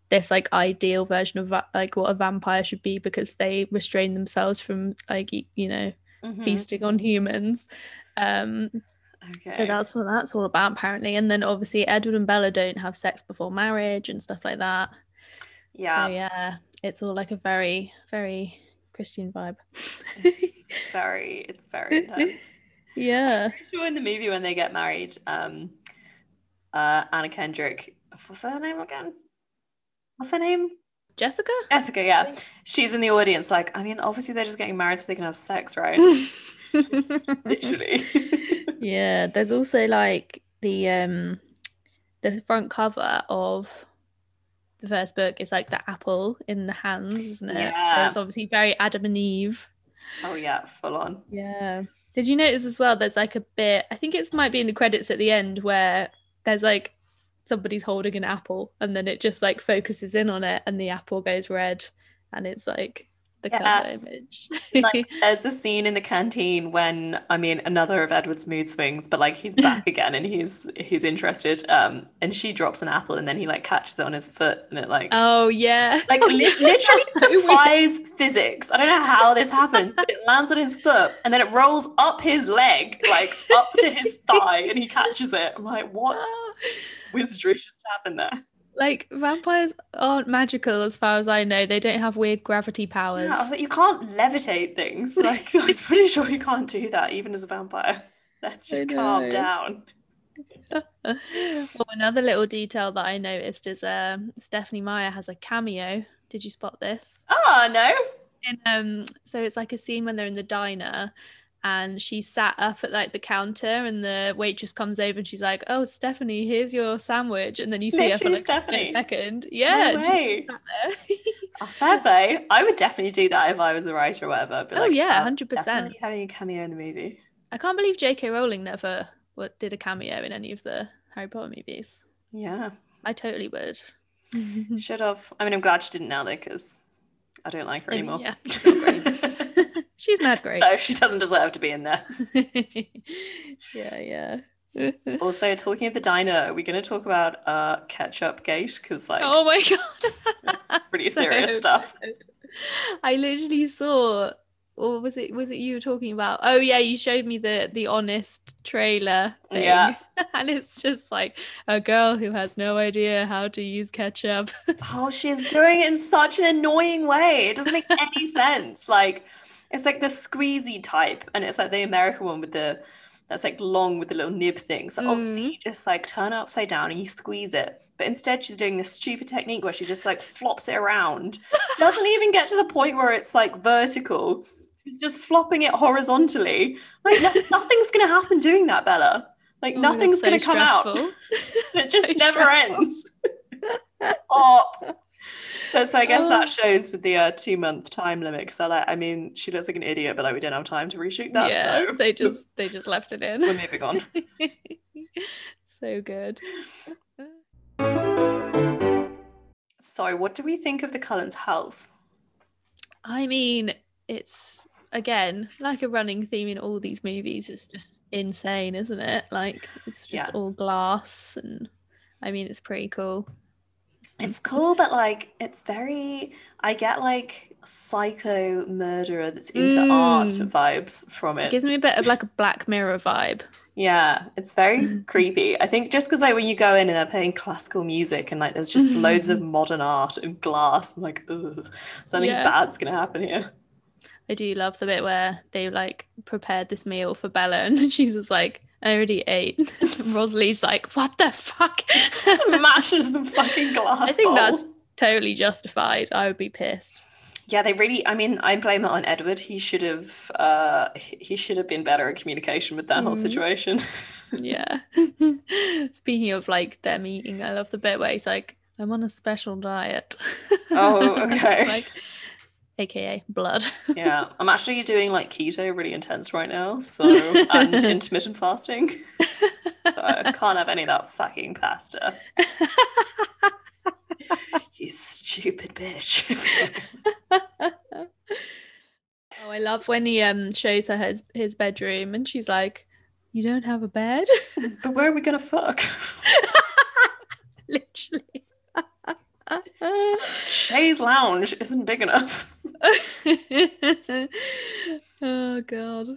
[SPEAKER 2] this like ideal version of va- like what a vampire should be because they restrain themselves from like y- you know
[SPEAKER 1] Mhm.
[SPEAKER 2] feasting on humans um
[SPEAKER 1] Okay.
[SPEAKER 2] so that's what that's all about apparently and then obviously edward and bella don't have sex before marriage and stuff like that
[SPEAKER 1] yeah.
[SPEAKER 2] so Oh, yeah, it's all like a very, very Christian vibe.
[SPEAKER 1] it's very it's very intense
[SPEAKER 2] *laughs* yeah.
[SPEAKER 1] pretty sure in the movie when they get married um uh anna kendrick what's her name again what's her name
[SPEAKER 2] Jessica?
[SPEAKER 1] jessica yeah she's in the audience like i mean obviously they're just getting married so they can have sex right *laughs*
[SPEAKER 2] *laughs*
[SPEAKER 1] *laughs* literally *laughs*
[SPEAKER 2] yeah, there's also like the um the front cover of the first book is like the apple in the hands, isn't it? So
[SPEAKER 1] Yeah.
[SPEAKER 2] it's obviously very Adam and Eve.
[SPEAKER 1] oh yeah full on
[SPEAKER 2] Yeah. Did you notice as well? There's like a bit. I think it's might be in the credits at the end where there's like somebody's holding an apple, and then it just like focuses in on it, and the apple goes red, and it's like the
[SPEAKER 1] Yes.
[SPEAKER 2] cover image. *laughs*
[SPEAKER 1] like there's a scene in the canteen when i mean another of edward's mood swings but like he's back
[SPEAKER 2] *laughs*
[SPEAKER 1] again and he's he's interested um and she drops an apple and then he like catches it on his foot and it like
[SPEAKER 2] oh yeah.
[SPEAKER 1] Like
[SPEAKER 2] *laughs* Oh,
[SPEAKER 1] li-
[SPEAKER 2] yeah,
[SPEAKER 1] literally
[SPEAKER 2] that's so *laughs* weird.
[SPEAKER 1] defies physics. I don't know how this happens. but it lands on his foot and then it rolls up his leg, like
[SPEAKER 2] *laughs*
[SPEAKER 1] up to his thigh, and he catches it. I'm like, what
[SPEAKER 2] Ah.
[SPEAKER 1] wizardry just happened there?
[SPEAKER 2] Like vampires aren't magical as far as I know. They don't have weird gravity powers.
[SPEAKER 1] Yeah, I was like, you can't levitate
[SPEAKER 2] *laughs*
[SPEAKER 1] things. Like, I'm pretty sure you can't do that, even as a vampire. Let's
[SPEAKER 2] I
[SPEAKER 1] just calm
[SPEAKER 2] know.
[SPEAKER 1] down.
[SPEAKER 2] *laughs* oh, another little detail that I noticed is um, Stephanie Meyer has a cameo. Did you spot this?
[SPEAKER 1] Oh, no.
[SPEAKER 2] And um, so it's like a scene when they're in the diner, and she sat up at like the counter, and the waitress comes over and she's like, "Oh, Stephanie, here's your sandwich," and then you see
[SPEAKER 1] Literally
[SPEAKER 2] her for like
[SPEAKER 1] Stephanie.
[SPEAKER 2] a second. Yeah,
[SPEAKER 1] no
[SPEAKER 2] she's
[SPEAKER 1] way.
[SPEAKER 2] sat there. *laughs*
[SPEAKER 1] Oh, fair play. I would definitely do that if I was a writer or whatever. But
[SPEAKER 2] oh
[SPEAKER 1] like,
[SPEAKER 2] yeah,
[SPEAKER 1] oh,
[SPEAKER 2] hundred percent.
[SPEAKER 1] Definitely having a cameo in the movie.
[SPEAKER 2] I can't believe J.K. Rowling never what, did a cameo in any of the Harry Potter movies.
[SPEAKER 1] Yeah,
[SPEAKER 2] I
[SPEAKER 1] *laughs*
[SPEAKER 2] totally would. *laughs* Hmm.
[SPEAKER 1] should have. I mean, I'm glad she didn't now though, because I don't like her
[SPEAKER 2] I mean,
[SPEAKER 1] anymore. *laughs*
[SPEAKER 2] yeah, she's not great. *laughs* She's not great.
[SPEAKER 1] so she doesn't deserve to be in there.
[SPEAKER 2] *laughs* yeah, yeah. *laughs*
[SPEAKER 1] Also, talking of the diner, are we going to talk about uh, ketchup gate? Because like,
[SPEAKER 2] oh my god. *laughs*
[SPEAKER 1] it's pretty serious
[SPEAKER 2] No.
[SPEAKER 1] stuff.
[SPEAKER 2] *laughs* I literally saw or was it was it you were talking about? Oh yeah, you showed me the the honest trailer thing.
[SPEAKER 1] Yeah.
[SPEAKER 2] *laughs* and it's just like a girl who has no idea how to use ketchup.
[SPEAKER 1] Oh, she's doing it in such an annoying way. It doesn't make
[SPEAKER 2] *laughs*
[SPEAKER 1] any sense. Like, it's like the squeezy type, and it's like the American one with the that's like long with the little nib thing. So obviously,
[SPEAKER 2] Mm.
[SPEAKER 1] you just like turn it upside down and you squeeze it. But instead, she's doing this stupid technique where she just like flops it around.
[SPEAKER 2] *laughs*
[SPEAKER 1] Doesn't even get to the point where it's like vertical. She's just flopping it horizontally. Like
[SPEAKER 2] *laughs*
[SPEAKER 1] no- nothing's gonna happen doing that, Bella. Like
[SPEAKER 2] Oh,
[SPEAKER 1] *laughs*
[SPEAKER 2] that's
[SPEAKER 1] nothing's
[SPEAKER 2] so
[SPEAKER 1] gonna come out. *laughs*
[SPEAKER 2] stressful.
[SPEAKER 1] It just
[SPEAKER 2] so
[SPEAKER 1] never
[SPEAKER 2] stressful.
[SPEAKER 1] ends. *laughs* Stop. But so I guess
[SPEAKER 2] Oh.
[SPEAKER 1] that shows with the uh, two month time limit because I like I mean she looks like an idiot, but like we don't have time to reshoot that,
[SPEAKER 2] yeah,
[SPEAKER 1] so
[SPEAKER 2] they just they just left it
[SPEAKER 1] *laughs* we're
[SPEAKER 2] in.
[SPEAKER 1] moving on.
[SPEAKER 2] *laughs* so good.
[SPEAKER 1] So what do we think of the Cullen's house?
[SPEAKER 2] I mean, it's again like a running theme in all these movies. It's just insane, isn't it? Like it's just all
[SPEAKER 1] Yes.
[SPEAKER 2] glass, and I mean, it's pretty cool.
[SPEAKER 1] It's cool, but like it's very I get like psycho murderer that's into art
[SPEAKER 2] Mm.
[SPEAKER 1] vibes from
[SPEAKER 2] It
[SPEAKER 1] it.
[SPEAKER 2] gives me a bit of like a Black Mirror vibe.
[SPEAKER 1] Yeah, it's
[SPEAKER 2] Mm-hmm.
[SPEAKER 1] very creepy. I think just because like when you go in and they're playing classical music and like there's just
[SPEAKER 2] Mm-hmm.
[SPEAKER 1] loads of modern art and glass, I'm like, ugh, something
[SPEAKER 2] Yeah.
[SPEAKER 1] bad's gonna happen
[SPEAKER 2] *laughs*
[SPEAKER 1] here.
[SPEAKER 2] I do love the bit where they like prepared this meal for Bella, and *laughs* she's just like, "I already ate." *laughs* And Rosalie's like, "What the fuck?" *laughs*
[SPEAKER 1] Smashes the fucking glass.
[SPEAKER 2] I think
[SPEAKER 1] bowl.
[SPEAKER 2] that's totally justified. I would be pissed.
[SPEAKER 1] yeah. They really. I mean, I blame it on Edward. He should have. Uh, he he should have been better at communication with that whole
[SPEAKER 2] Mhm.
[SPEAKER 1] situation.
[SPEAKER 2] Yeah. *laughs* Speaking of like them eating, I love the bit where he's like, I'm on a special diet. *laughs*
[SPEAKER 1] Oh, okay.
[SPEAKER 2] like, AKA blood. *laughs*
[SPEAKER 1] yeah, I'm actually doing like keto really intense right now, so and intermittent fasting. So I can't have any of that fucking pasta. you stupid bitch. *laughs*
[SPEAKER 2] Oh, I love when he um shows her his, his bedroom and she's like, You don't have a bed?
[SPEAKER 1] but where are we gonna fuck?
[SPEAKER 2] Literally.
[SPEAKER 1] Shay's lounge isn't big enough.
[SPEAKER 2] *laughs* oh god.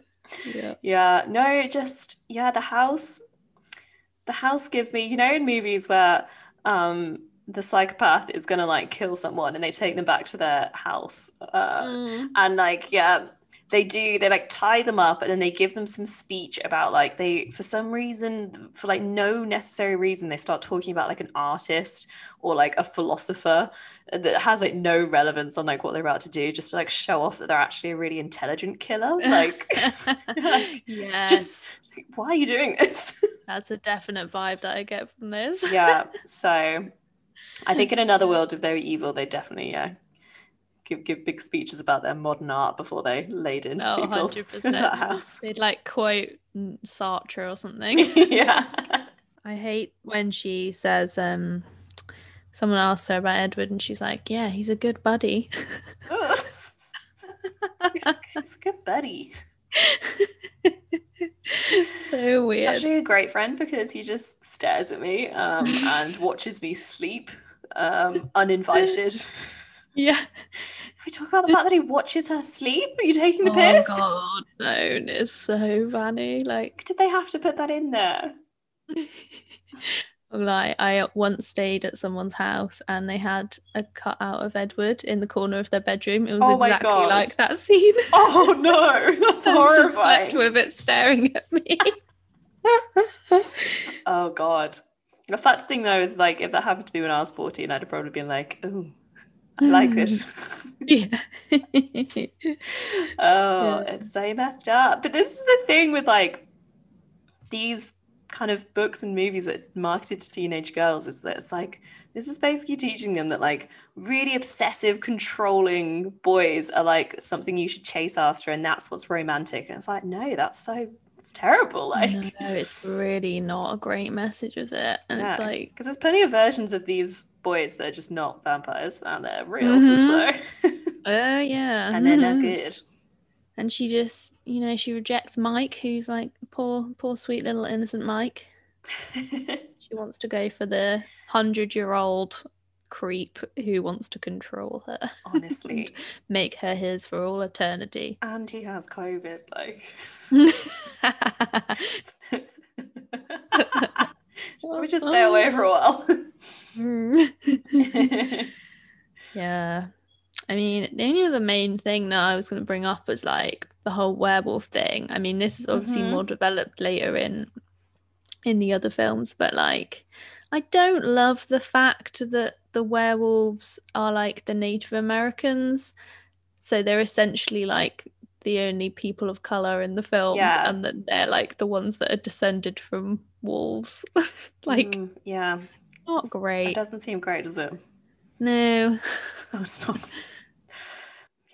[SPEAKER 2] Yeah.
[SPEAKER 1] Yeah, no, it just yeah, the house the house gives me, you know, in movies where um the psychopath is gonna like kill someone and they take them back to their house. Uh
[SPEAKER 2] Mm. *laughs*
[SPEAKER 1] and like yeah they do they like tie them up and then they give them some speech about like they for some reason for like no necessary reason they start talking about like an artist or like a philosopher that has like no relevance on like what they're about to do just to like show off that they're actually a really intelligent
[SPEAKER 2] *laughs*
[SPEAKER 1] killer *laughs* like
[SPEAKER 2] yes.
[SPEAKER 1] why are you doing this *laughs*
[SPEAKER 2] That's a definite vibe that I get from this.
[SPEAKER 1] yeah so i think in another world if they were evil they definitely yeah give give big speeches about their modern art before they laid into
[SPEAKER 2] No,
[SPEAKER 1] people *laughs*
[SPEAKER 2] Oh, hundred
[SPEAKER 1] in
[SPEAKER 2] percent.
[SPEAKER 1] that house
[SPEAKER 2] They'd like quote mm, Sartre or *laughs* something.
[SPEAKER 1] *laughs* yeah.
[SPEAKER 2] I hate when she says, um, someone asks her about Edward, and she's like, "Yeah, he's a good buddy." *laughs*
[SPEAKER 1] he's, he's a good buddy.
[SPEAKER 2] so weird.
[SPEAKER 1] Actually, a great friend because he just stares at me um, and watches me sleep um, uninvited.
[SPEAKER 2] *laughs* yeah.
[SPEAKER 1] we talk about the fact that he watches her sleep? Are you taking the
[SPEAKER 2] oh
[SPEAKER 1] piss?
[SPEAKER 2] god, no, it's so funny. Like,
[SPEAKER 1] Did they have to put that in there?
[SPEAKER 2] gonna lie, I once stayed at someone's house and they had a cutout of Edward in the corner of their bedroom. It was
[SPEAKER 1] Oh my
[SPEAKER 2] exactly
[SPEAKER 1] God.
[SPEAKER 2] like that scene. *laughs*
[SPEAKER 1] Oh *laughs* no, that's
[SPEAKER 2] And I just slept
[SPEAKER 1] horrifying.
[SPEAKER 2] with it staring
[SPEAKER 1] *laughs*
[SPEAKER 2] at me.
[SPEAKER 1] Oh god. The fact thing though is like if that happened to me when I was 14, I'd have probably been like, ooh, I like
[SPEAKER 2] *laughs*
[SPEAKER 1] this. *laughs*
[SPEAKER 2] yeah.
[SPEAKER 1] oh,
[SPEAKER 2] Yeah.
[SPEAKER 1] it's so messed up. But this is the thing with like these kind of books and movies that are marketed to teenage girls is that it's like this is basically teaching them that like really obsessive controlling boys are like something you should chase after and that's what's romantic and it's like no that's so it's terrible like
[SPEAKER 2] no, it's really not a great message, is it? And it's
[SPEAKER 1] No.
[SPEAKER 2] like,
[SPEAKER 1] Because there's plenty of versions of these boys that are just not vampires and they're real.
[SPEAKER 2] Mhm.
[SPEAKER 1] So
[SPEAKER 2] oh yeah,
[SPEAKER 1] and they're not
[SPEAKER 2] mhm.
[SPEAKER 1] good.
[SPEAKER 2] *laughs*
[SPEAKER 1] *laughs*
[SPEAKER 2] And she just, you know, she rejects Mike, who's like poor, poor, sweet little innocent Mike. She wants to go for the hundred-year-old creep who wants to control her,
[SPEAKER 1] Honestly.
[SPEAKER 2] make her his for
[SPEAKER 1] *laughs*
[SPEAKER 2] all eternity. *laughs*
[SPEAKER 1] and he has COVID, like *laughs* we
[SPEAKER 2] Oh,
[SPEAKER 1] just stay away for a while.
[SPEAKER 2] Mm. yeah. I mean, the only other main thing that I was going to bring up was like the whole werewolf thing. I mean, this is obviously
[SPEAKER 1] Mhm.
[SPEAKER 2] more developed later in in the other films, but like I don't love the fact that the werewolves are like the Native Americans. So they're essentially like the only people of color in the films
[SPEAKER 1] Yeah.
[SPEAKER 2] and that they're like the ones that are descended from wolves. *laughs* *laughs* like
[SPEAKER 1] Mm, yeah.
[SPEAKER 2] not
[SPEAKER 1] It
[SPEAKER 2] great.
[SPEAKER 1] doesn't seem great, does it?
[SPEAKER 2] No.
[SPEAKER 1] It's not it's not-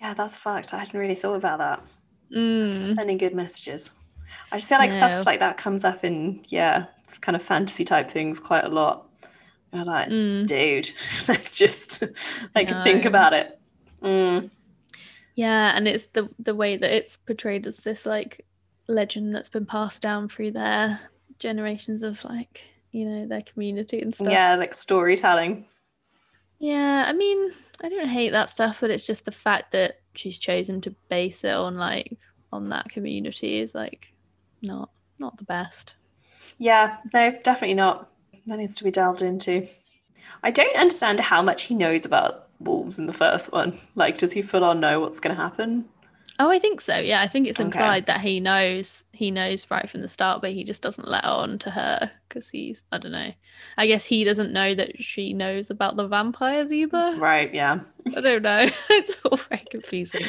[SPEAKER 1] Yeah, that's a fact. I hadn't really thought about that.
[SPEAKER 2] Mm.
[SPEAKER 1] Sending good messages. I just feel like
[SPEAKER 2] No.
[SPEAKER 1] stuff like that comes up in yeah, kind of fantasy type things quite a lot. You're like,
[SPEAKER 2] Mm.
[SPEAKER 1] dude, *laughs* let's just like think
[SPEAKER 2] No.
[SPEAKER 1] about it. Mm,
[SPEAKER 2] Yeah, and it's the the way that it's portrayed as this like legend that's been passed down through their generations of like you know their community and stuff.
[SPEAKER 1] yeah, like storytelling.
[SPEAKER 2] Yeah, I mean, I don't hate that stuff, but it's just the fact that she's chosen to base it on like on that community is like not not the best.
[SPEAKER 1] Yeah, no, definitely not. That needs to be delved into. I don't understand how much he knows about wolves in the first one. Like, does he full on know what's going to
[SPEAKER 2] *laughs*
[SPEAKER 1] happen?
[SPEAKER 2] Oh, I think so. Yeah, I think it's
[SPEAKER 1] Okay.
[SPEAKER 2] implied that he knows he knows right from the start, but he just doesn't let on to her because he's I don't know. I guess he doesn't know that she knows about the vampires either.
[SPEAKER 1] Right, yeah.
[SPEAKER 2] I don't know. *laughs* it's all very confusing.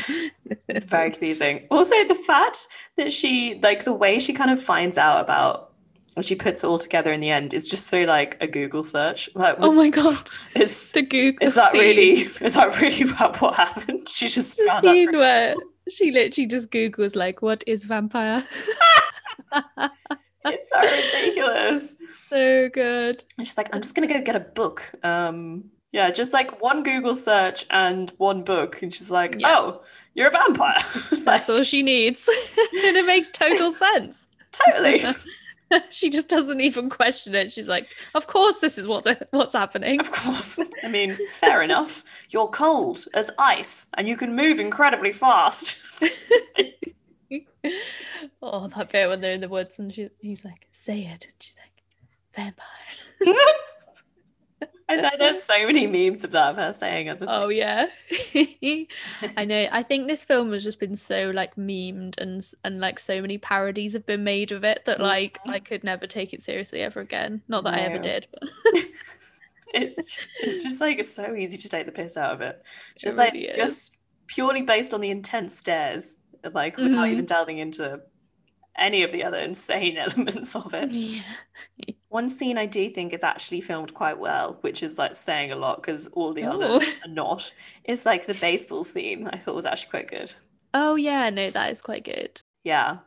[SPEAKER 1] It's very confusing. Also, the fact that she, like, the way she kind of finds out about and she puts it all together in the end is just through like a Google search. Like,
[SPEAKER 2] Oh my god,
[SPEAKER 1] it's
[SPEAKER 2] the Google.
[SPEAKER 1] Is that *laughs*
[SPEAKER 2] scene.
[SPEAKER 1] really is that really about what happened? She just
[SPEAKER 2] the
[SPEAKER 1] found out.
[SPEAKER 2] scene where she literally just Googles like, "What is vampire?" *laughs*
[SPEAKER 1] It's so ridiculous.
[SPEAKER 2] so good.
[SPEAKER 1] And she's like, I'm just gonna go get a book. Um, yeah, just like one Google search and one book, and she's like,
[SPEAKER 2] Yeah.
[SPEAKER 1] Oh, you're a vampire. *laughs* Like,
[SPEAKER 2] That's all she needs, *laughs* and it makes
[SPEAKER 1] *laughs*
[SPEAKER 2] total sense.
[SPEAKER 1] Totally.
[SPEAKER 2] *laughs* she just doesn't even question it. She's like, "Of course, this is what what's happening."
[SPEAKER 1] Of course. I mean, fair enough. You're cold as ice, and you can move incredibly fast.
[SPEAKER 2] *laughs*
[SPEAKER 1] *laughs*
[SPEAKER 2] oh, that bit when they're in the woods and she, he's like, "Say it," and she's like, "Vampire."
[SPEAKER 1] I know there's so many memes of that of her saying other
[SPEAKER 2] Oh yeah, *laughs* I know. I think this film has just been so like memed and and like so many parodies have been made of it that like I could never take it seriously ever again. Not that I ever
[SPEAKER 1] No.
[SPEAKER 2] did. But
[SPEAKER 1] *laughs* it's it's just like it's so easy to take the piss out of it.
[SPEAKER 2] It
[SPEAKER 1] Just
[SPEAKER 2] really
[SPEAKER 1] like
[SPEAKER 2] is.
[SPEAKER 1] just purely based on the intense stares, like without
[SPEAKER 2] Mhm.
[SPEAKER 1] even delving into any of the other insane *laughs* elements of it.
[SPEAKER 2] yeah,
[SPEAKER 1] One scene I do think is actually filmed quite well, which is like saying a lot because all the
[SPEAKER 2] oh.
[SPEAKER 1] others are not. Is like the baseball scene. I thought was actually quite good.
[SPEAKER 2] oh yeah, no, that is quite good.
[SPEAKER 1] Yeah.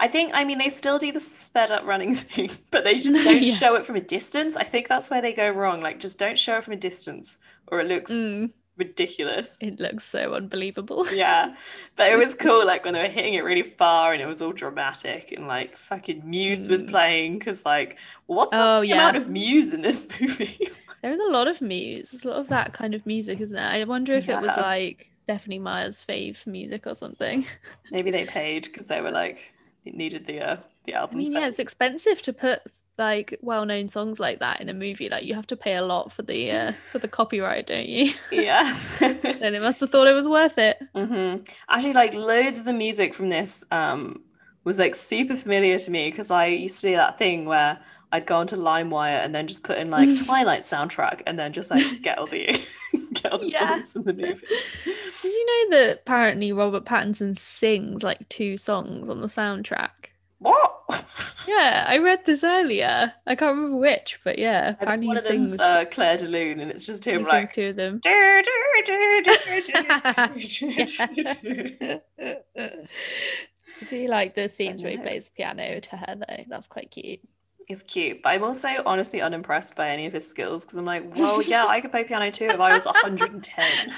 [SPEAKER 1] I think, I mean, they still do the sped up running *laughs* thing, but they
[SPEAKER 2] *laughs*
[SPEAKER 1] just don't
[SPEAKER 2] Yeah.
[SPEAKER 1] show it from a distance. I think that's where they go wrong. Like, just don't show it from a distance, or it looks
[SPEAKER 2] Mm,
[SPEAKER 1] ridiculous.
[SPEAKER 2] *laughs* it looks so unbelievable. *laughs*
[SPEAKER 1] Yeah, but it was cool. Like when they were hitting it really far, and it was all dramatic, and like fucking Muse was
[SPEAKER 2] Mm.
[SPEAKER 1] playing because like what's
[SPEAKER 2] Oh,
[SPEAKER 1] the
[SPEAKER 2] yeah.
[SPEAKER 1] amount of Muse in this *laughs* movie?
[SPEAKER 2] There is a lot of muse. There's a lot of that kind of music, isn't there? I wonder if it was
[SPEAKER 1] Yeah.
[SPEAKER 2] like Stephanie Meyer's fave music or something.
[SPEAKER 1] Maybe they paid because they were like it needed the uh, the
[SPEAKER 2] I
[SPEAKER 1] album.
[SPEAKER 2] mean, yeah,
[SPEAKER 1] sales.
[SPEAKER 2] it's expensive to put like well-known songs like that in a movie like you have to pay a lot for the uh, for the copyright don't you *laughs*
[SPEAKER 1] yeah.
[SPEAKER 2] then they must have thought it was worth it
[SPEAKER 1] hmm Actually, like loads of the music from this um, was like super familiar to me because I used to do that thing where I'd go onto LimeWire and then just put in like Twilight soundtrack and then just like get all the get all the
[SPEAKER 2] Yeah.
[SPEAKER 1] songs from the movie.
[SPEAKER 2] did you know that apparently robert pattinson sings like two songs on the soundtrack
[SPEAKER 1] What?
[SPEAKER 2] yeah i read this earlier i can't remember which but yeah
[SPEAKER 1] I think
[SPEAKER 2] apparently
[SPEAKER 1] one
[SPEAKER 2] he
[SPEAKER 1] of them's
[SPEAKER 2] sings,
[SPEAKER 1] uh, Claire de Lune, and it's just
[SPEAKER 2] he
[SPEAKER 1] him
[SPEAKER 2] sings
[SPEAKER 1] like.
[SPEAKER 2] two of them *laughs*
[SPEAKER 1] "Do, do, do, do, do, do, do."
[SPEAKER 2] do you like the scenes where he
[SPEAKER 1] know.
[SPEAKER 2] plays piano to her though that's quite cute *laughs*
[SPEAKER 1] It's cute, but I'm also honestly unimpressed by any of his skills because I'm like, well, yeah, I could play piano too if I was 110.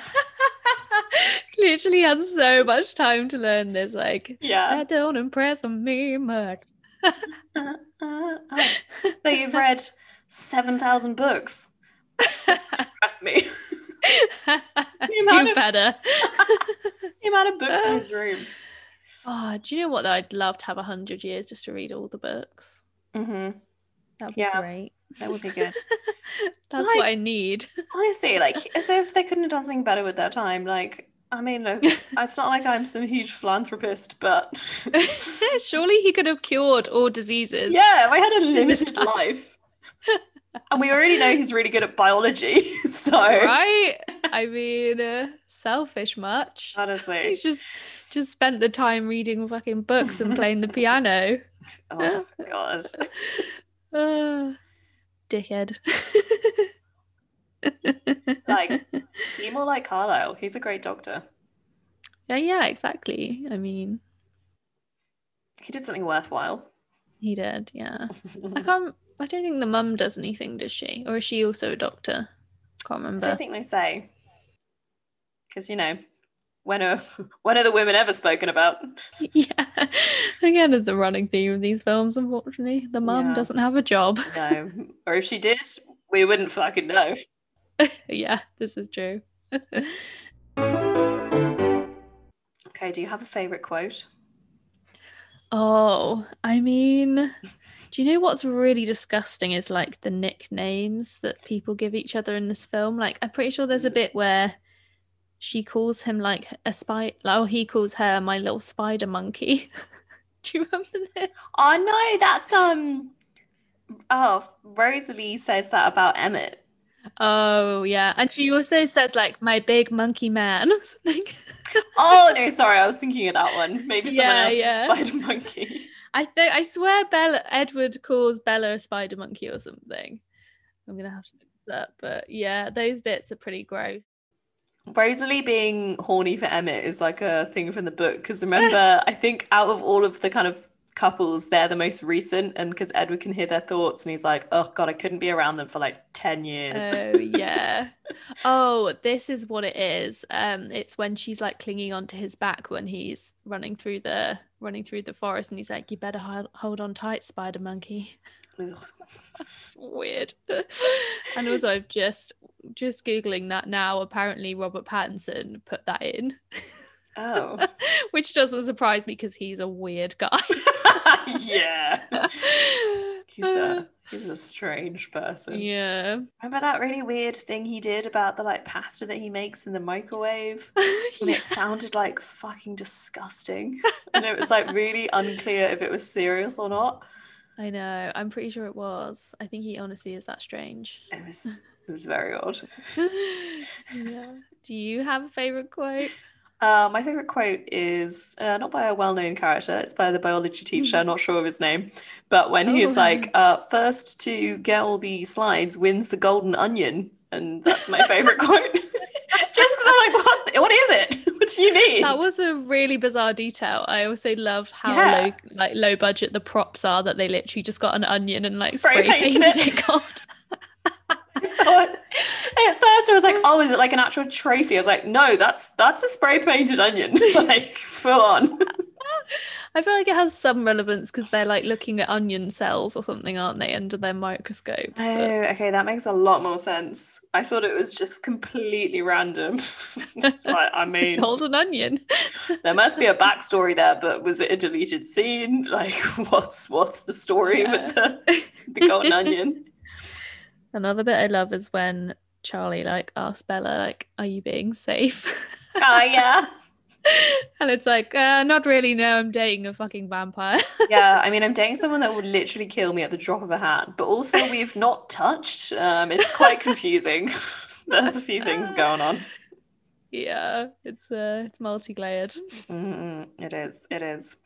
[SPEAKER 2] literally had so much time to learn this like
[SPEAKER 1] Yeah.
[SPEAKER 2] that don't impress me much
[SPEAKER 1] *laughs* Uh, uh, uh. So you've read 7,000 books. Trust me. The amount,
[SPEAKER 2] do
[SPEAKER 1] of,
[SPEAKER 2] better
[SPEAKER 1] *laughs* the amount of books in his room.
[SPEAKER 2] *laughs* oh do you know what though i'd love to have 100 years just to read all the books
[SPEAKER 1] Mm-hmm.
[SPEAKER 2] that'd
[SPEAKER 1] Yeah.
[SPEAKER 2] be great
[SPEAKER 1] That would be good.
[SPEAKER 2] that's
[SPEAKER 1] Like-
[SPEAKER 2] what
[SPEAKER 1] *laughs*
[SPEAKER 2] i need *laughs*
[SPEAKER 1] Honestly, like, as if they couldn't have done something better with their time. Like, I mean, look, it's not like I'm some huge philanthropist, but
[SPEAKER 2] surely he could have cured all diseases
[SPEAKER 1] yeah, we had a limited life. And we already know he's really good at biology. *laughs* So,
[SPEAKER 2] right i mean uh, selfish much
[SPEAKER 1] honestly,
[SPEAKER 2] he's just just spent the time reading fucking books and playing
[SPEAKER 1] *laughs*
[SPEAKER 2] the piano
[SPEAKER 1] oh, God.
[SPEAKER 2] Uh, dickhead. *laughs*
[SPEAKER 1] Like, be more like Carlisle. He's a great doctor.
[SPEAKER 2] yeah, yeah, exactly. I mean,
[SPEAKER 1] He did something *laughs* worthwhile.
[SPEAKER 2] he did. Yeah,
[SPEAKER 1] Mm-hmm.
[SPEAKER 2] I can't. I don't think the mum does anything, does she? Or is she also a doctor? Can't
[SPEAKER 1] I
[SPEAKER 2] remember.
[SPEAKER 1] don't think they say. Because you know, when are *laughs* when are the women ever spoken about?
[SPEAKER 2] *laughs* yeah, again, it's the running theme of these films. Unfortunately, the mum
[SPEAKER 1] Yeah.
[SPEAKER 2] doesn't have a job. *laughs*
[SPEAKER 1] No. *laughs* or if she did, we wouldn't fucking know.
[SPEAKER 2] yeah, this is true. *laughs*
[SPEAKER 1] Okay, do you have a favourite quote?
[SPEAKER 2] Oh, I mean, do you know what's really disgusting is like the nicknames that people give each other in this film? Like, I'm pretty sure there's a bit where she calls him like a spy, oh, he calls her my little spider monkey. *laughs* do you remember this?
[SPEAKER 1] Oh no, that's um oh Rosalie says that about Emmett.
[SPEAKER 2] Oh, yeah. And she also says like my big monkey man or something. *laughs*
[SPEAKER 1] Oh no, sorry, I was thinking of that one. Maybe someone
[SPEAKER 2] Yeah,
[SPEAKER 1] else's
[SPEAKER 2] yeah.
[SPEAKER 1] spider monkey.
[SPEAKER 2] I think I swear Bella Edward calls Bella a spider monkey or something. I'm gonna have to look this up, but yeah, those bits are pretty gross.
[SPEAKER 1] Rosalie being horny for Emmett is like a thing from the book because remember,
[SPEAKER 2] *laughs*
[SPEAKER 1] I think out of all of the kind of couples, they're the most recent, and because Edward can hear their thoughts, and he's like, "Oh God, I couldn't be around them for like ten years."
[SPEAKER 2] Oh yeah. Oh, this is what it is. Um, it's when she's like clinging onto his back when he's running through the running through the forest, and he's like, "You better hold, hold on tight, spider monkey." *laughs* Oh.
[SPEAKER 1] Ugh.
[SPEAKER 2] It's Weird. and also, I've just just googling that now. Apparently, Robert Pattinson put that in,
[SPEAKER 1] *laughs*
[SPEAKER 2] *laughs*
[SPEAKER 1] Oh, *laughs*
[SPEAKER 2] which doesn't surprise me because he's a weird guy. *laughs*
[SPEAKER 1] yeah, he's a he's a strange person.
[SPEAKER 2] yeah. *laughs*
[SPEAKER 1] Remember that really weird thing he did about the like pasta that he makes in the microwave? And
[SPEAKER 2] Yeah.
[SPEAKER 1] it sounded like fucking
[SPEAKER 2] *laughs*
[SPEAKER 1] disgusting. And it was like really unclear if it was serious or not.
[SPEAKER 2] I know. I'm pretty sure it was. I think he honestly is that strange.
[SPEAKER 1] It was it was very odd.
[SPEAKER 2] *laughs* yeah. Do you have a favorite quote?
[SPEAKER 1] *laughs* Uh, my favorite quote is uh, not by a well-known character. It's by the biology teacher. I'm not sure of his name, but when
[SPEAKER 2] Hmm. Oh.
[SPEAKER 1] he's like, uh, first to get all the slides wins the golden onion," and that's my favorite quote. *laughs* Just because I'm like, what? What is it? *laughs* What do you mean?
[SPEAKER 2] That was a really bizarre detail. I also love how
[SPEAKER 1] Yeah.
[SPEAKER 2] low, like low budget the props are that they literally just got an onion and like spray,
[SPEAKER 1] Spray
[SPEAKER 2] painted,
[SPEAKER 1] painted it.
[SPEAKER 2] it *laughs* gold.
[SPEAKER 1] At first, I was like, "Oh, is it like an actual *laughs* trophy?" I was like, "No, that's that's a spray painted onion, like full on."
[SPEAKER 2] I feel like it has some relevance because they're like looking at onion cells or something, aren't they, under their microscopes?
[SPEAKER 1] Oh,
[SPEAKER 2] But
[SPEAKER 1] okay, that makes a lot more sense. I thought it was just completely random. *laughs* It's like, I mean, *laughs*
[SPEAKER 2] *laughs* Hold an onion.
[SPEAKER 1] there must be a backstory there, but was it a deleted scene? Like, *laughs* what's what's the story with the, the golden *laughs* onion?
[SPEAKER 2] Another bit I love is when Charlie like asks Bella, like, "Are you being safe?" *laughs*
[SPEAKER 1] Oh yeah,
[SPEAKER 2] and it's like, uh, "Not really. No, I'm dating a fucking vampire." *laughs*
[SPEAKER 1] yeah. I mean, I'm dating someone that would literally kill me at the drop of a hat, but also we've not touched. Um, it's quite confusing. *laughs* There's a few things going on.
[SPEAKER 2] yeah, it's uh, it's multi-layered.
[SPEAKER 1] Mm, it is. It is.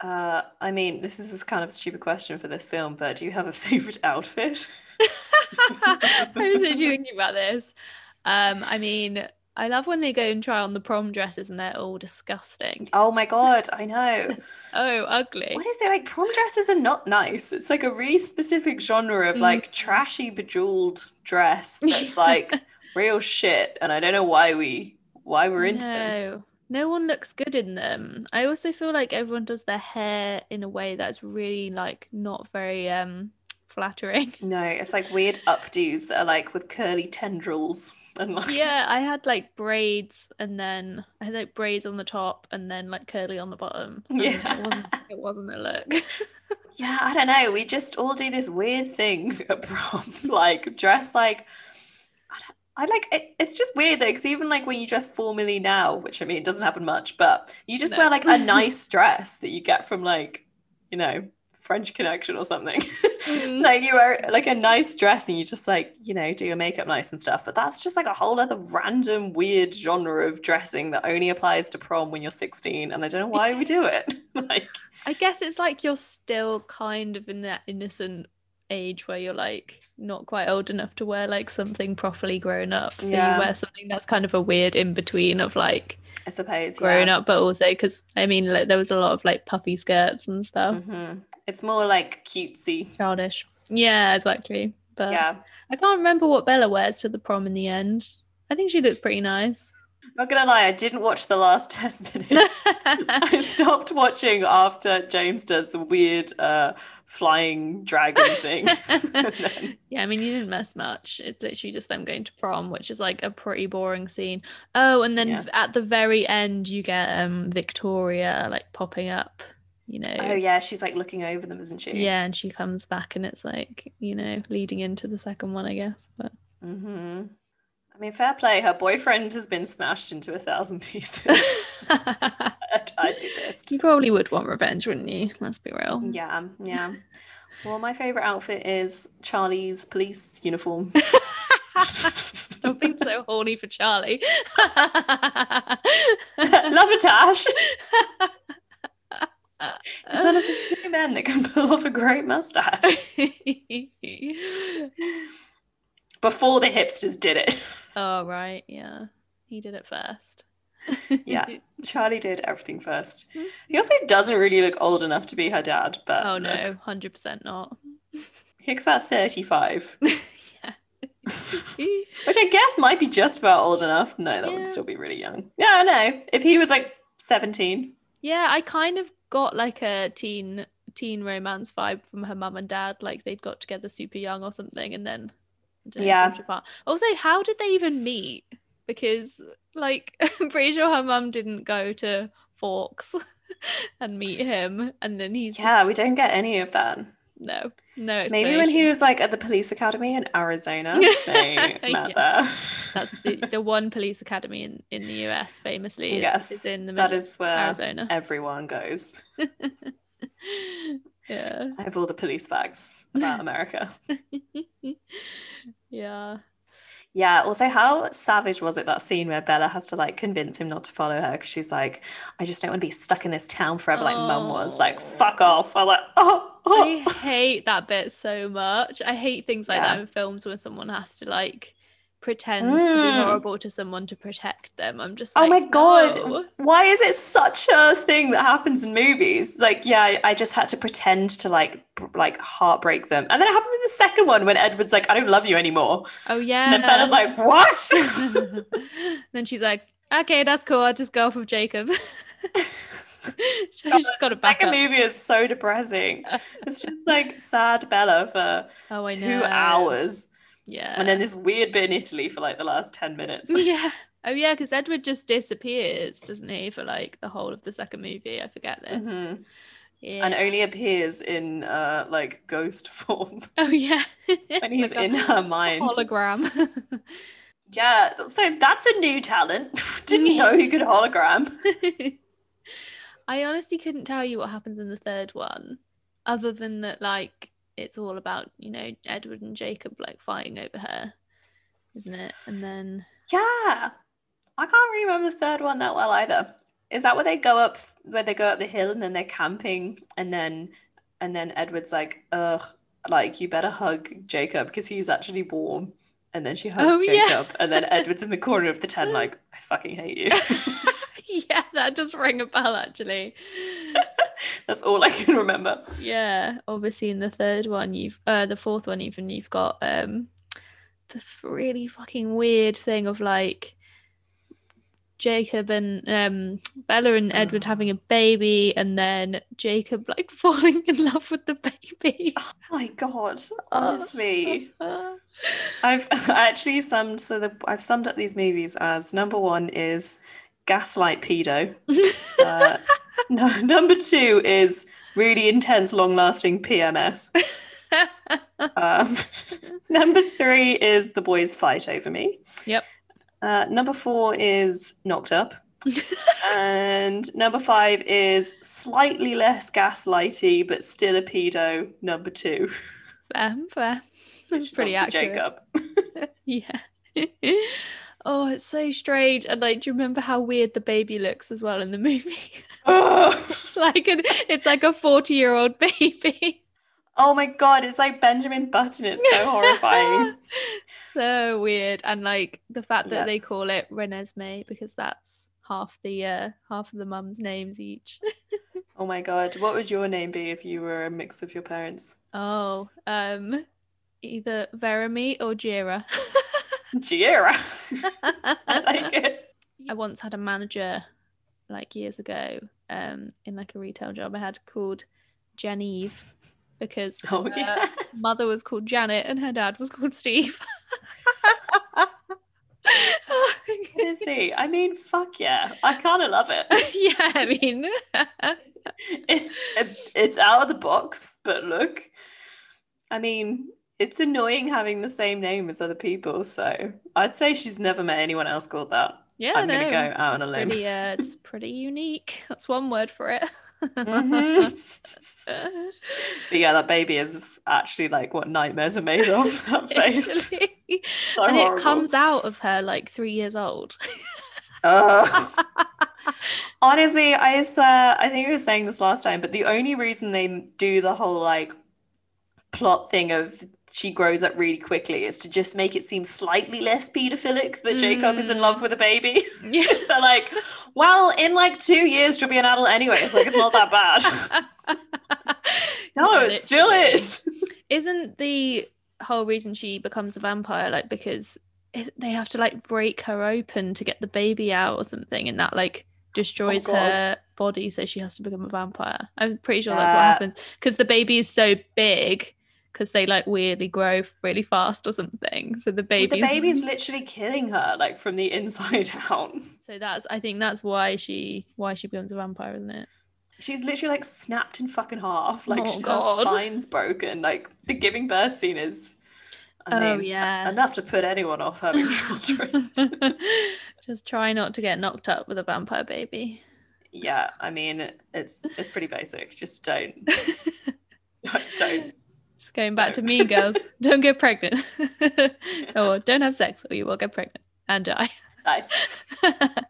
[SPEAKER 1] Uh, I mean, this is kind of a stupid question for this film, but do you have a *laughs* favorite outfit?
[SPEAKER 2] *laughs* I was actually thinking about this. Um, I mean, I love when they go and try on the prom dresses and they're all disgusting.
[SPEAKER 1] Oh my god, I know.
[SPEAKER 2] Oh, ugly.
[SPEAKER 1] What is it like? Prom dresses are not nice. It's like a really specific genre of like trashy bejeweled dress that's like real shit, and I don't know why we why we're into them.
[SPEAKER 2] no, no one looks good in them. I also feel like everyone does their hair in a way that's really like not very um
[SPEAKER 1] *laughs*
[SPEAKER 2] flattering.
[SPEAKER 1] No, it's like weird updos that are like with curly tendrils and like
[SPEAKER 2] yeah, I had like braids and then I had like braids on the top and then like curly on the bottom. And
[SPEAKER 1] Yeah.
[SPEAKER 2] it wasn't, it wasn't a look. *laughs*
[SPEAKER 1] Yeah, I don't know. We just all do this weird thing *laughs* at prom, like dress like. I, don't, I like it, it's just weird though, because even like when you dress formally now, which I mean, it doesn't happen much, but you just
[SPEAKER 2] No.
[SPEAKER 1] wear like
[SPEAKER 2] *laughs*
[SPEAKER 1] a nice dress that you get from like, you know, French Connection or something. *laughs*
[SPEAKER 2] Mhm.
[SPEAKER 1] like you wear like a nice dress and you just like, you know, do your makeup nice and stuff. But that's just like a whole other random weird genre of dressing that only applies to prom when you're 16. And I don't know why we do it. *laughs* like,
[SPEAKER 2] I guess it's like you're still kind of in that innocent age where you're like not quite old enough to wear like something properly grown up. So
[SPEAKER 1] Yeah.
[SPEAKER 2] you wear something that's kind of a weird in between of like
[SPEAKER 1] I suppose. yeah.
[SPEAKER 2] grown up, but also because I mean, like, there was a lot of like puffy skirts and stuff.
[SPEAKER 1] hmm It's more like cutesy.
[SPEAKER 2] Childish. Yeah, exactly. But
[SPEAKER 1] yeah.
[SPEAKER 2] I can't remember what Bella wears to the prom in the end. I think she looks pretty nice.
[SPEAKER 1] Not gonna lie, I didn't watch the last *laughs* 10
[SPEAKER 2] *laughs*
[SPEAKER 1] minutes. I stopped watching after James does the weird uh, flying dragon thing. *laughs* And then-
[SPEAKER 2] *laughs* Yeah, I mean, you didn't miss much. It's literally just them going to prom, which is like a pretty boring scene. Oh, and then
[SPEAKER 1] Yeah.
[SPEAKER 2] at the very end, you get um Victoria like popping up, you know.
[SPEAKER 1] oh, yeah, she's like looking over them, isn't she?
[SPEAKER 2] Yeah, and she comes back, and it's like you know, leading into the second one, I guess.
[SPEAKER 1] *laughs*
[SPEAKER 2] But
[SPEAKER 1] hmm I mean, fair play. Her boyfriend has been smashed into a thousand pieces. *laughs* I'd, I'd be pissed.
[SPEAKER 2] *laughs* you probably would want revenge, wouldn't you? Let's be real.
[SPEAKER 1] Yeah, yeah. Well, my favorite outfit is Charlie's police
[SPEAKER 2] *laughs*
[SPEAKER 1] uniform.
[SPEAKER 2] Stop *laughs* being so horny for Charlie.
[SPEAKER 1] *laughs* Love a
[SPEAKER 2] *laughs*
[SPEAKER 1] tash. It's one of the few men that can pull off a great
[SPEAKER 2] *laughs*
[SPEAKER 1] mustache *laughs* before the hipsters did it. *laughs*
[SPEAKER 2] Oh right, yeah. He did it first. *laughs*
[SPEAKER 1] Yeah. Charlie did everything first.
[SPEAKER 2] Hmm.
[SPEAKER 1] He also doesn't really look old enough to be her dad, but
[SPEAKER 2] oh
[SPEAKER 1] look,
[SPEAKER 2] no, hundred percent not. *laughs*
[SPEAKER 1] he looks about 35,
[SPEAKER 2] yeah.
[SPEAKER 1] *laughs* which I guess might be just about old enough. No, that
[SPEAKER 2] Yeah.
[SPEAKER 1] would still be really young. Yeah, I know. If he was like 17,
[SPEAKER 2] yeah, I kind of got like a teen teen romance vibe from her mum and dad, like they'd got together super young or something, and then I don't know,
[SPEAKER 1] Yeah.
[SPEAKER 2] jumped apart. Also, how did they even meet? Because like *laughs* I'm pretty sure her mum didn't go to Forks *laughs* and meet him, and then he's just,
[SPEAKER 1] yeah, we don't get any of that.
[SPEAKER 2] no, no.
[SPEAKER 1] Maybe when
[SPEAKER 2] explanation.
[SPEAKER 1] he was like at the police academy in
[SPEAKER 2] *laughs*
[SPEAKER 1] Arizona, they met there. *laughs*
[SPEAKER 2] That's the, the one police academy in, in the US famously is,
[SPEAKER 1] yes,
[SPEAKER 2] is in the
[SPEAKER 1] that
[SPEAKER 2] middle of
[SPEAKER 1] is where
[SPEAKER 2] Arizona.
[SPEAKER 1] everyone goes.
[SPEAKER 2] *laughs* yeah.
[SPEAKER 1] I have all the police facts
[SPEAKER 2] *laughs*
[SPEAKER 1] about America.
[SPEAKER 2] yeah.
[SPEAKER 1] yeah. Also, how savage was it that scene where Bella has to like convince him not to follow her because she's like, I just don't want to be stuck in this town forever, like Mum was. Like,
[SPEAKER 2] Oh.
[SPEAKER 1] fuck off. I'm like, oh, oh.
[SPEAKER 2] I hate that bit so much. I hate things like that
[SPEAKER 1] Yeah.
[SPEAKER 2] in films where someone has to like pretend to be
[SPEAKER 1] Mm.
[SPEAKER 2] horrible to someone to protect them. I'm just
[SPEAKER 1] Oh
[SPEAKER 2] like,
[SPEAKER 1] my god.
[SPEAKER 2] no.
[SPEAKER 1] Why is it such a thing that happens in movies? It's Like, yeah, I- I just had to pretend to like b- like heartbreak them. And then it happens in the second one when Edward's like, I don't love you anymore.
[SPEAKER 2] Oh yeah.
[SPEAKER 1] And then Bella's
[SPEAKER 2] *laughs*
[SPEAKER 1] like, What?
[SPEAKER 2] then she's like, okay, that's cool. I'll just go off with Jacob. *laughs* she's just got
[SPEAKER 1] the
[SPEAKER 2] to back
[SPEAKER 1] second
[SPEAKER 2] up.
[SPEAKER 1] movie is so depressing. It's just
[SPEAKER 2] *laughs*
[SPEAKER 1] like sad Bella for
[SPEAKER 2] Oh, I
[SPEAKER 1] two
[SPEAKER 2] know. Uh.
[SPEAKER 1] hours,
[SPEAKER 2] Yeah.
[SPEAKER 1] and then this weird bit in Italy for like the last ten
[SPEAKER 2] *laughs*
[SPEAKER 1] minutes. *laughs*
[SPEAKER 2] yeah. Oh yeah, because Edward just disappears, doesn't he, for like the whole of the second movie? I forget this.
[SPEAKER 1] Mhm.
[SPEAKER 2] Yeah.
[SPEAKER 1] And only appears in uh like ghost *laughs* form
[SPEAKER 2] *laughs* oh yeah.
[SPEAKER 1] *laughs* when he's
[SPEAKER 2] Like a
[SPEAKER 1] in her mind.
[SPEAKER 2] hologram. *laughs*
[SPEAKER 1] Yeah, so that's a new talent. *laughs* Didn't know
[SPEAKER 2] *laughs*
[SPEAKER 1] you could hologram.
[SPEAKER 2] I honestly couldn't tell you what happens in the third one, other than that, like it's all about you know Edward and Jacob like fighting over her, isn't it? And then *laughs*
[SPEAKER 1] Yeah, I can't remember the third one that well either. Is that where they go up where they go up the hill and then they're camping and then and then Edward's like, ugh, like you better hug Jacob because he's actually warm. And then she hugs
[SPEAKER 2] Oh, yeah.
[SPEAKER 1] Jacob, and then Edward's in the corner of the tent, like, I fucking hate
[SPEAKER 2] *laughs*
[SPEAKER 1] you.
[SPEAKER 2] yeah, that does ring a bell actually.
[SPEAKER 1] That's all I can remember.
[SPEAKER 2] Yeah, obviously in the third one you've uh the fourth one even you've got um the really fucking weird thing of like Jacob and um Bella and Edward
[SPEAKER 1] Ugh.
[SPEAKER 2] having a baby and then Jacob like *laughs* falling in love with the baby. *laughs*
[SPEAKER 1] Oh my god,
[SPEAKER 2] Oh.
[SPEAKER 1] honestly.
[SPEAKER 2] Uh,
[SPEAKER 1] I've actually summed so the I've summed up these movies as number one is Gaslight Pedo. Uh, *laughs* no, number two is really intense, long-lasting
[SPEAKER 2] *laughs*
[SPEAKER 1] PMS. Um, *laughs* number three is the boys fight over me.
[SPEAKER 2] Yep.
[SPEAKER 1] Uh, number four is knocked
[SPEAKER 2] *laughs*
[SPEAKER 1] up. and number five is slightly less gaslighty, but still a pedo. Number
[SPEAKER 2] *laughs*
[SPEAKER 1] two,
[SPEAKER 2] fair, fair. That's
[SPEAKER 1] which is
[SPEAKER 2] pretty
[SPEAKER 1] obviously
[SPEAKER 2] accurate.
[SPEAKER 1] Jacob.
[SPEAKER 2] *laughs* Yeah. oh, it's so strange. And like, do you remember how weird the baby looks as well in the *laughs* movie?
[SPEAKER 1] Ugh.
[SPEAKER 2] it's *laughs* like an, it's like a forty-year-old baby.
[SPEAKER 1] *laughs* Oh my god, it's like Benjamin Button. It's so
[SPEAKER 2] *laughs*
[SPEAKER 1] horrifying.
[SPEAKER 2] so weird. And like the fact that they
[SPEAKER 1] Yes.
[SPEAKER 2] call it Renesmee because that's half the uh, half of the mum's names each.
[SPEAKER 1] Oh my god, what would your name be if you were a mix of your parents?
[SPEAKER 2] oh, um, either Verami or Jira.
[SPEAKER 1] Giera. *laughs* I *laughs*
[SPEAKER 2] *laughs*
[SPEAKER 1] like it.
[SPEAKER 2] I once had a manager like years ago um in like a retail job I had called Genevieve because
[SPEAKER 1] Oh
[SPEAKER 2] Uh,
[SPEAKER 1] yeah.
[SPEAKER 2] mother was called Janet and her dad was
[SPEAKER 1] *laughs*
[SPEAKER 2] called Steve. *laughs*
[SPEAKER 1] Honestly, *laughs* I mean, fuck yeah. I kind of love
[SPEAKER 2] *laughs*
[SPEAKER 1] it.
[SPEAKER 2] yeah, I mean,
[SPEAKER 1] It's it's out of the box, but look. I mean, it's annoying having the same name as other people, so I'd say she's never met anyone else called that.
[SPEAKER 2] yeah,
[SPEAKER 1] I'm
[SPEAKER 2] no,
[SPEAKER 1] gonna go out on a limb. *laughs*
[SPEAKER 2] Pretty, uh, it's pretty unique. That's one word for it.
[SPEAKER 1] Mhm. But yeah, *laughs* that baby is f- actually like what nightmares are made of.
[SPEAKER 2] *laughs*
[SPEAKER 1] That face,
[SPEAKER 2] Literally.
[SPEAKER 1] so
[SPEAKER 2] and
[SPEAKER 1] horrible.
[SPEAKER 2] it comes out of her like three
[SPEAKER 1] *laughs*
[SPEAKER 2] years old. *laughs*
[SPEAKER 1] Ugh. *laughs* Honestly, I swear, I think I was saying this last time, but the only reason they do the whole like plot thing of she grows up really quickly is to just make it seem slightly less pedophilic that Jacob is in
[SPEAKER 2] Mm.
[SPEAKER 1] love with a baby. *laughs*
[SPEAKER 2] yeah.
[SPEAKER 1] so like, well, in like two years she'll be an adult anyway, so like it's not that bad.
[SPEAKER 2] *laughs*
[SPEAKER 1] no, it still
[SPEAKER 2] Literally.
[SPEAKER 1] is.
[SPEAKER 2] isn't the whole reason she becomes a vampire like because is- they have to like break her open to get the baby out or something and that like destroys
[SPEAKER 1] Oh, God.
[SPEAKER 2] her body so she has to become a vampire i'm pretty sure that's
[SPEAKER 1] Yeah.
[SPEAKER 2] what happens because the baby is so big because they like weirdly grow really fast or something so the
[SPEAKER 1] Dude,
[SPEAKER 2] baby's,
[SPEAKER 1] The baby's literally killing her, like from the inside *laughs* out.
[SPEAKER 2] *laughs* so that's i think that's why she why she becomes a vampire isn't it
[SPEAKER 1] She's literally like snapped in fucking half. Like
[SPEAKER 2] Oh,
[SPEAKER 1] she- her
[SPEAKER 2] God.
[SPEAKER 1] spine's broken. Like the giving birth scene is, I
[SPEAKER 2] oh
[SPEAKER 1] mean,
[SPEAKER 2] yeah
[SPEAKER 1] enough to put anyone off
[SPEAKER 2] *laughs*
[SPEAKER 1] having children.
[SPEAKER 2] just try not to get knocked up with a vampire baby *laughs*
[SPEAKER 1] yeah, I mean, it's it's pretty basic. Just don't, *laughs* don't.
[SPEAKER 2] Just going back to
[SPEAKER 1] Don't.
[SPEAKER 2] Mean
[SPEAKER 1] *laughs*
[SPEAKER 2] Girls. don't get pregnant. *laughs* or don't have sex, or you will get pregnant and die. *laughs*
[SPEAKER 1] I,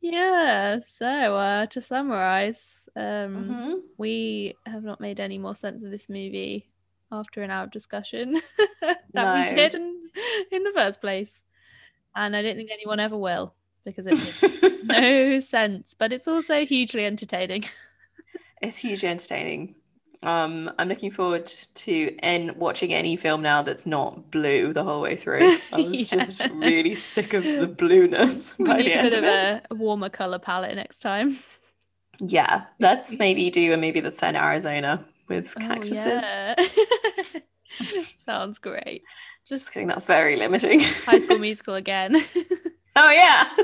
[SPEAKER 2] yeah. So uh, to summarize, um,
[SPEAKER 1] Mhm.
[SPEAKER 2] we have not made any more sense of this movie after an hour of discussion *laughs* that
[SPEAKER 1] No.
[SPEAKER 2] we did in, in the first place, and I don't think anyone ever will because it
[SPEAKER 1] *laughs*
[SPEAKER 2] makes
[SPEAKER 1] Mm-hmm.
[SPEAKER 2] no sense. But it's also hugely entertaining.
[SPEAKER 1] it's hugely entertaining. Um, I'm looking forward to and watching any film now that's not blue the whole way through. I was
[SPEAKER 2] *laughs* Yeah.
[SPEAKER 1] just really sick of the blueness
[SPEAKER 2] We
[SPEAKER 1] by
[SPEAKER 2] need
[SPEAKER 1] the
[SPEAKER 2] a
[SPEAKER 1] end
[SPEAKER 2] bit
[SPEAKER 1] of
[SPEAKER 2] of
[SPEAKER 1] it.
[SPEAKER 2] a, a warmer color palette
[SPEAKER 1] *laughs*
[SPEAKER 2] next time.
[SPEAKER 1] Yeah, let's maybe do a movie that's set in Arizona with
[SPEAKER 2] Oh,
[SPEAKER 1] cactuses.
[SPEAKER 2] yeah. *laughs* Sounds great.
[SPEAKER 1] Just
[SPEAKER 2] Just
[SPEAKER 1] kidding, that's very limiting.
[SPEAKER 2] High School Musical again.
[SPEAKER 1] *laughs*
[SPEAKER 2] *laughs*
[SPEAKER 1] oh yeah,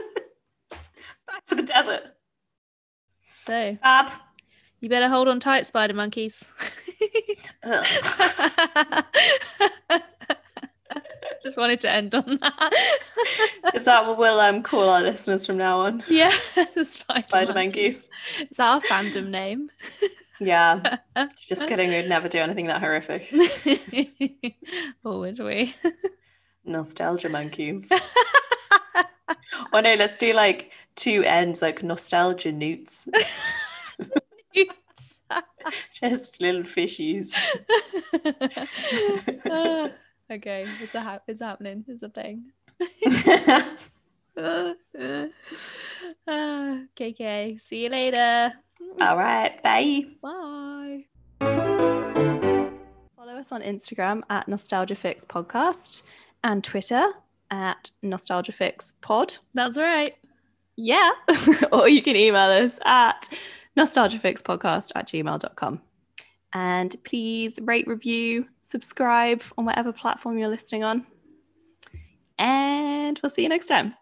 [SPEAKER 1] *laughs* back to the desert.
[SPEAKER 2] so
[SPEAKER 1] Fab.
[SPEAKER 2] you better hold on tight, spider monkeys. *laughs*
[SPEAKER 1] Ugh.
[SPEAKER 2] Just wanted to end on that. *laughs*
[SPEAKER 1] Is that what we'll um, call our listeners from now on?
[SPEAKER 2] yeah, *laughs* the spider,
[SPEAKER 1] Spider
[SPEAKER 2] monkey.
[SPEAKER 1] monkeys.
[SPEAKER 2] Is that our fandom name? *laughs*
[SPEAKER 1] Yeah, just kidding. We'd never do anything that horrific.
[SPEAKER 2] or
[SPEAKER 1] *laughs*
[SPEAKER 2] would we? *laughs*
[SPEAKER 1] Nostalgia monkey. Oh no, let's do like two ends, like nostalgia newts, *laughs* just little fishies. *laughs*
[SPEAKER 2] Ah, *laughs* okay, it's a ha- it's happening. It's a thing. *sighs* Ah, ah. Ah, KK, see you later.
[SPEAKER 1] All right, bye.
[SPEAKER 2] Bye.
[SPEAKER 1] Follow us on Instagram at NostalgiaFix Podcast and Twitter at NostalgiaFix Pod.
[SPEAKER 2] That's all right.
[SPEAKER 1] Yeah. *laughs* or you can email us at nostalgiafixpodcast at gmail.com. And please rate, review, subscribe on whatever platform you're listening on. And we'll see you next time.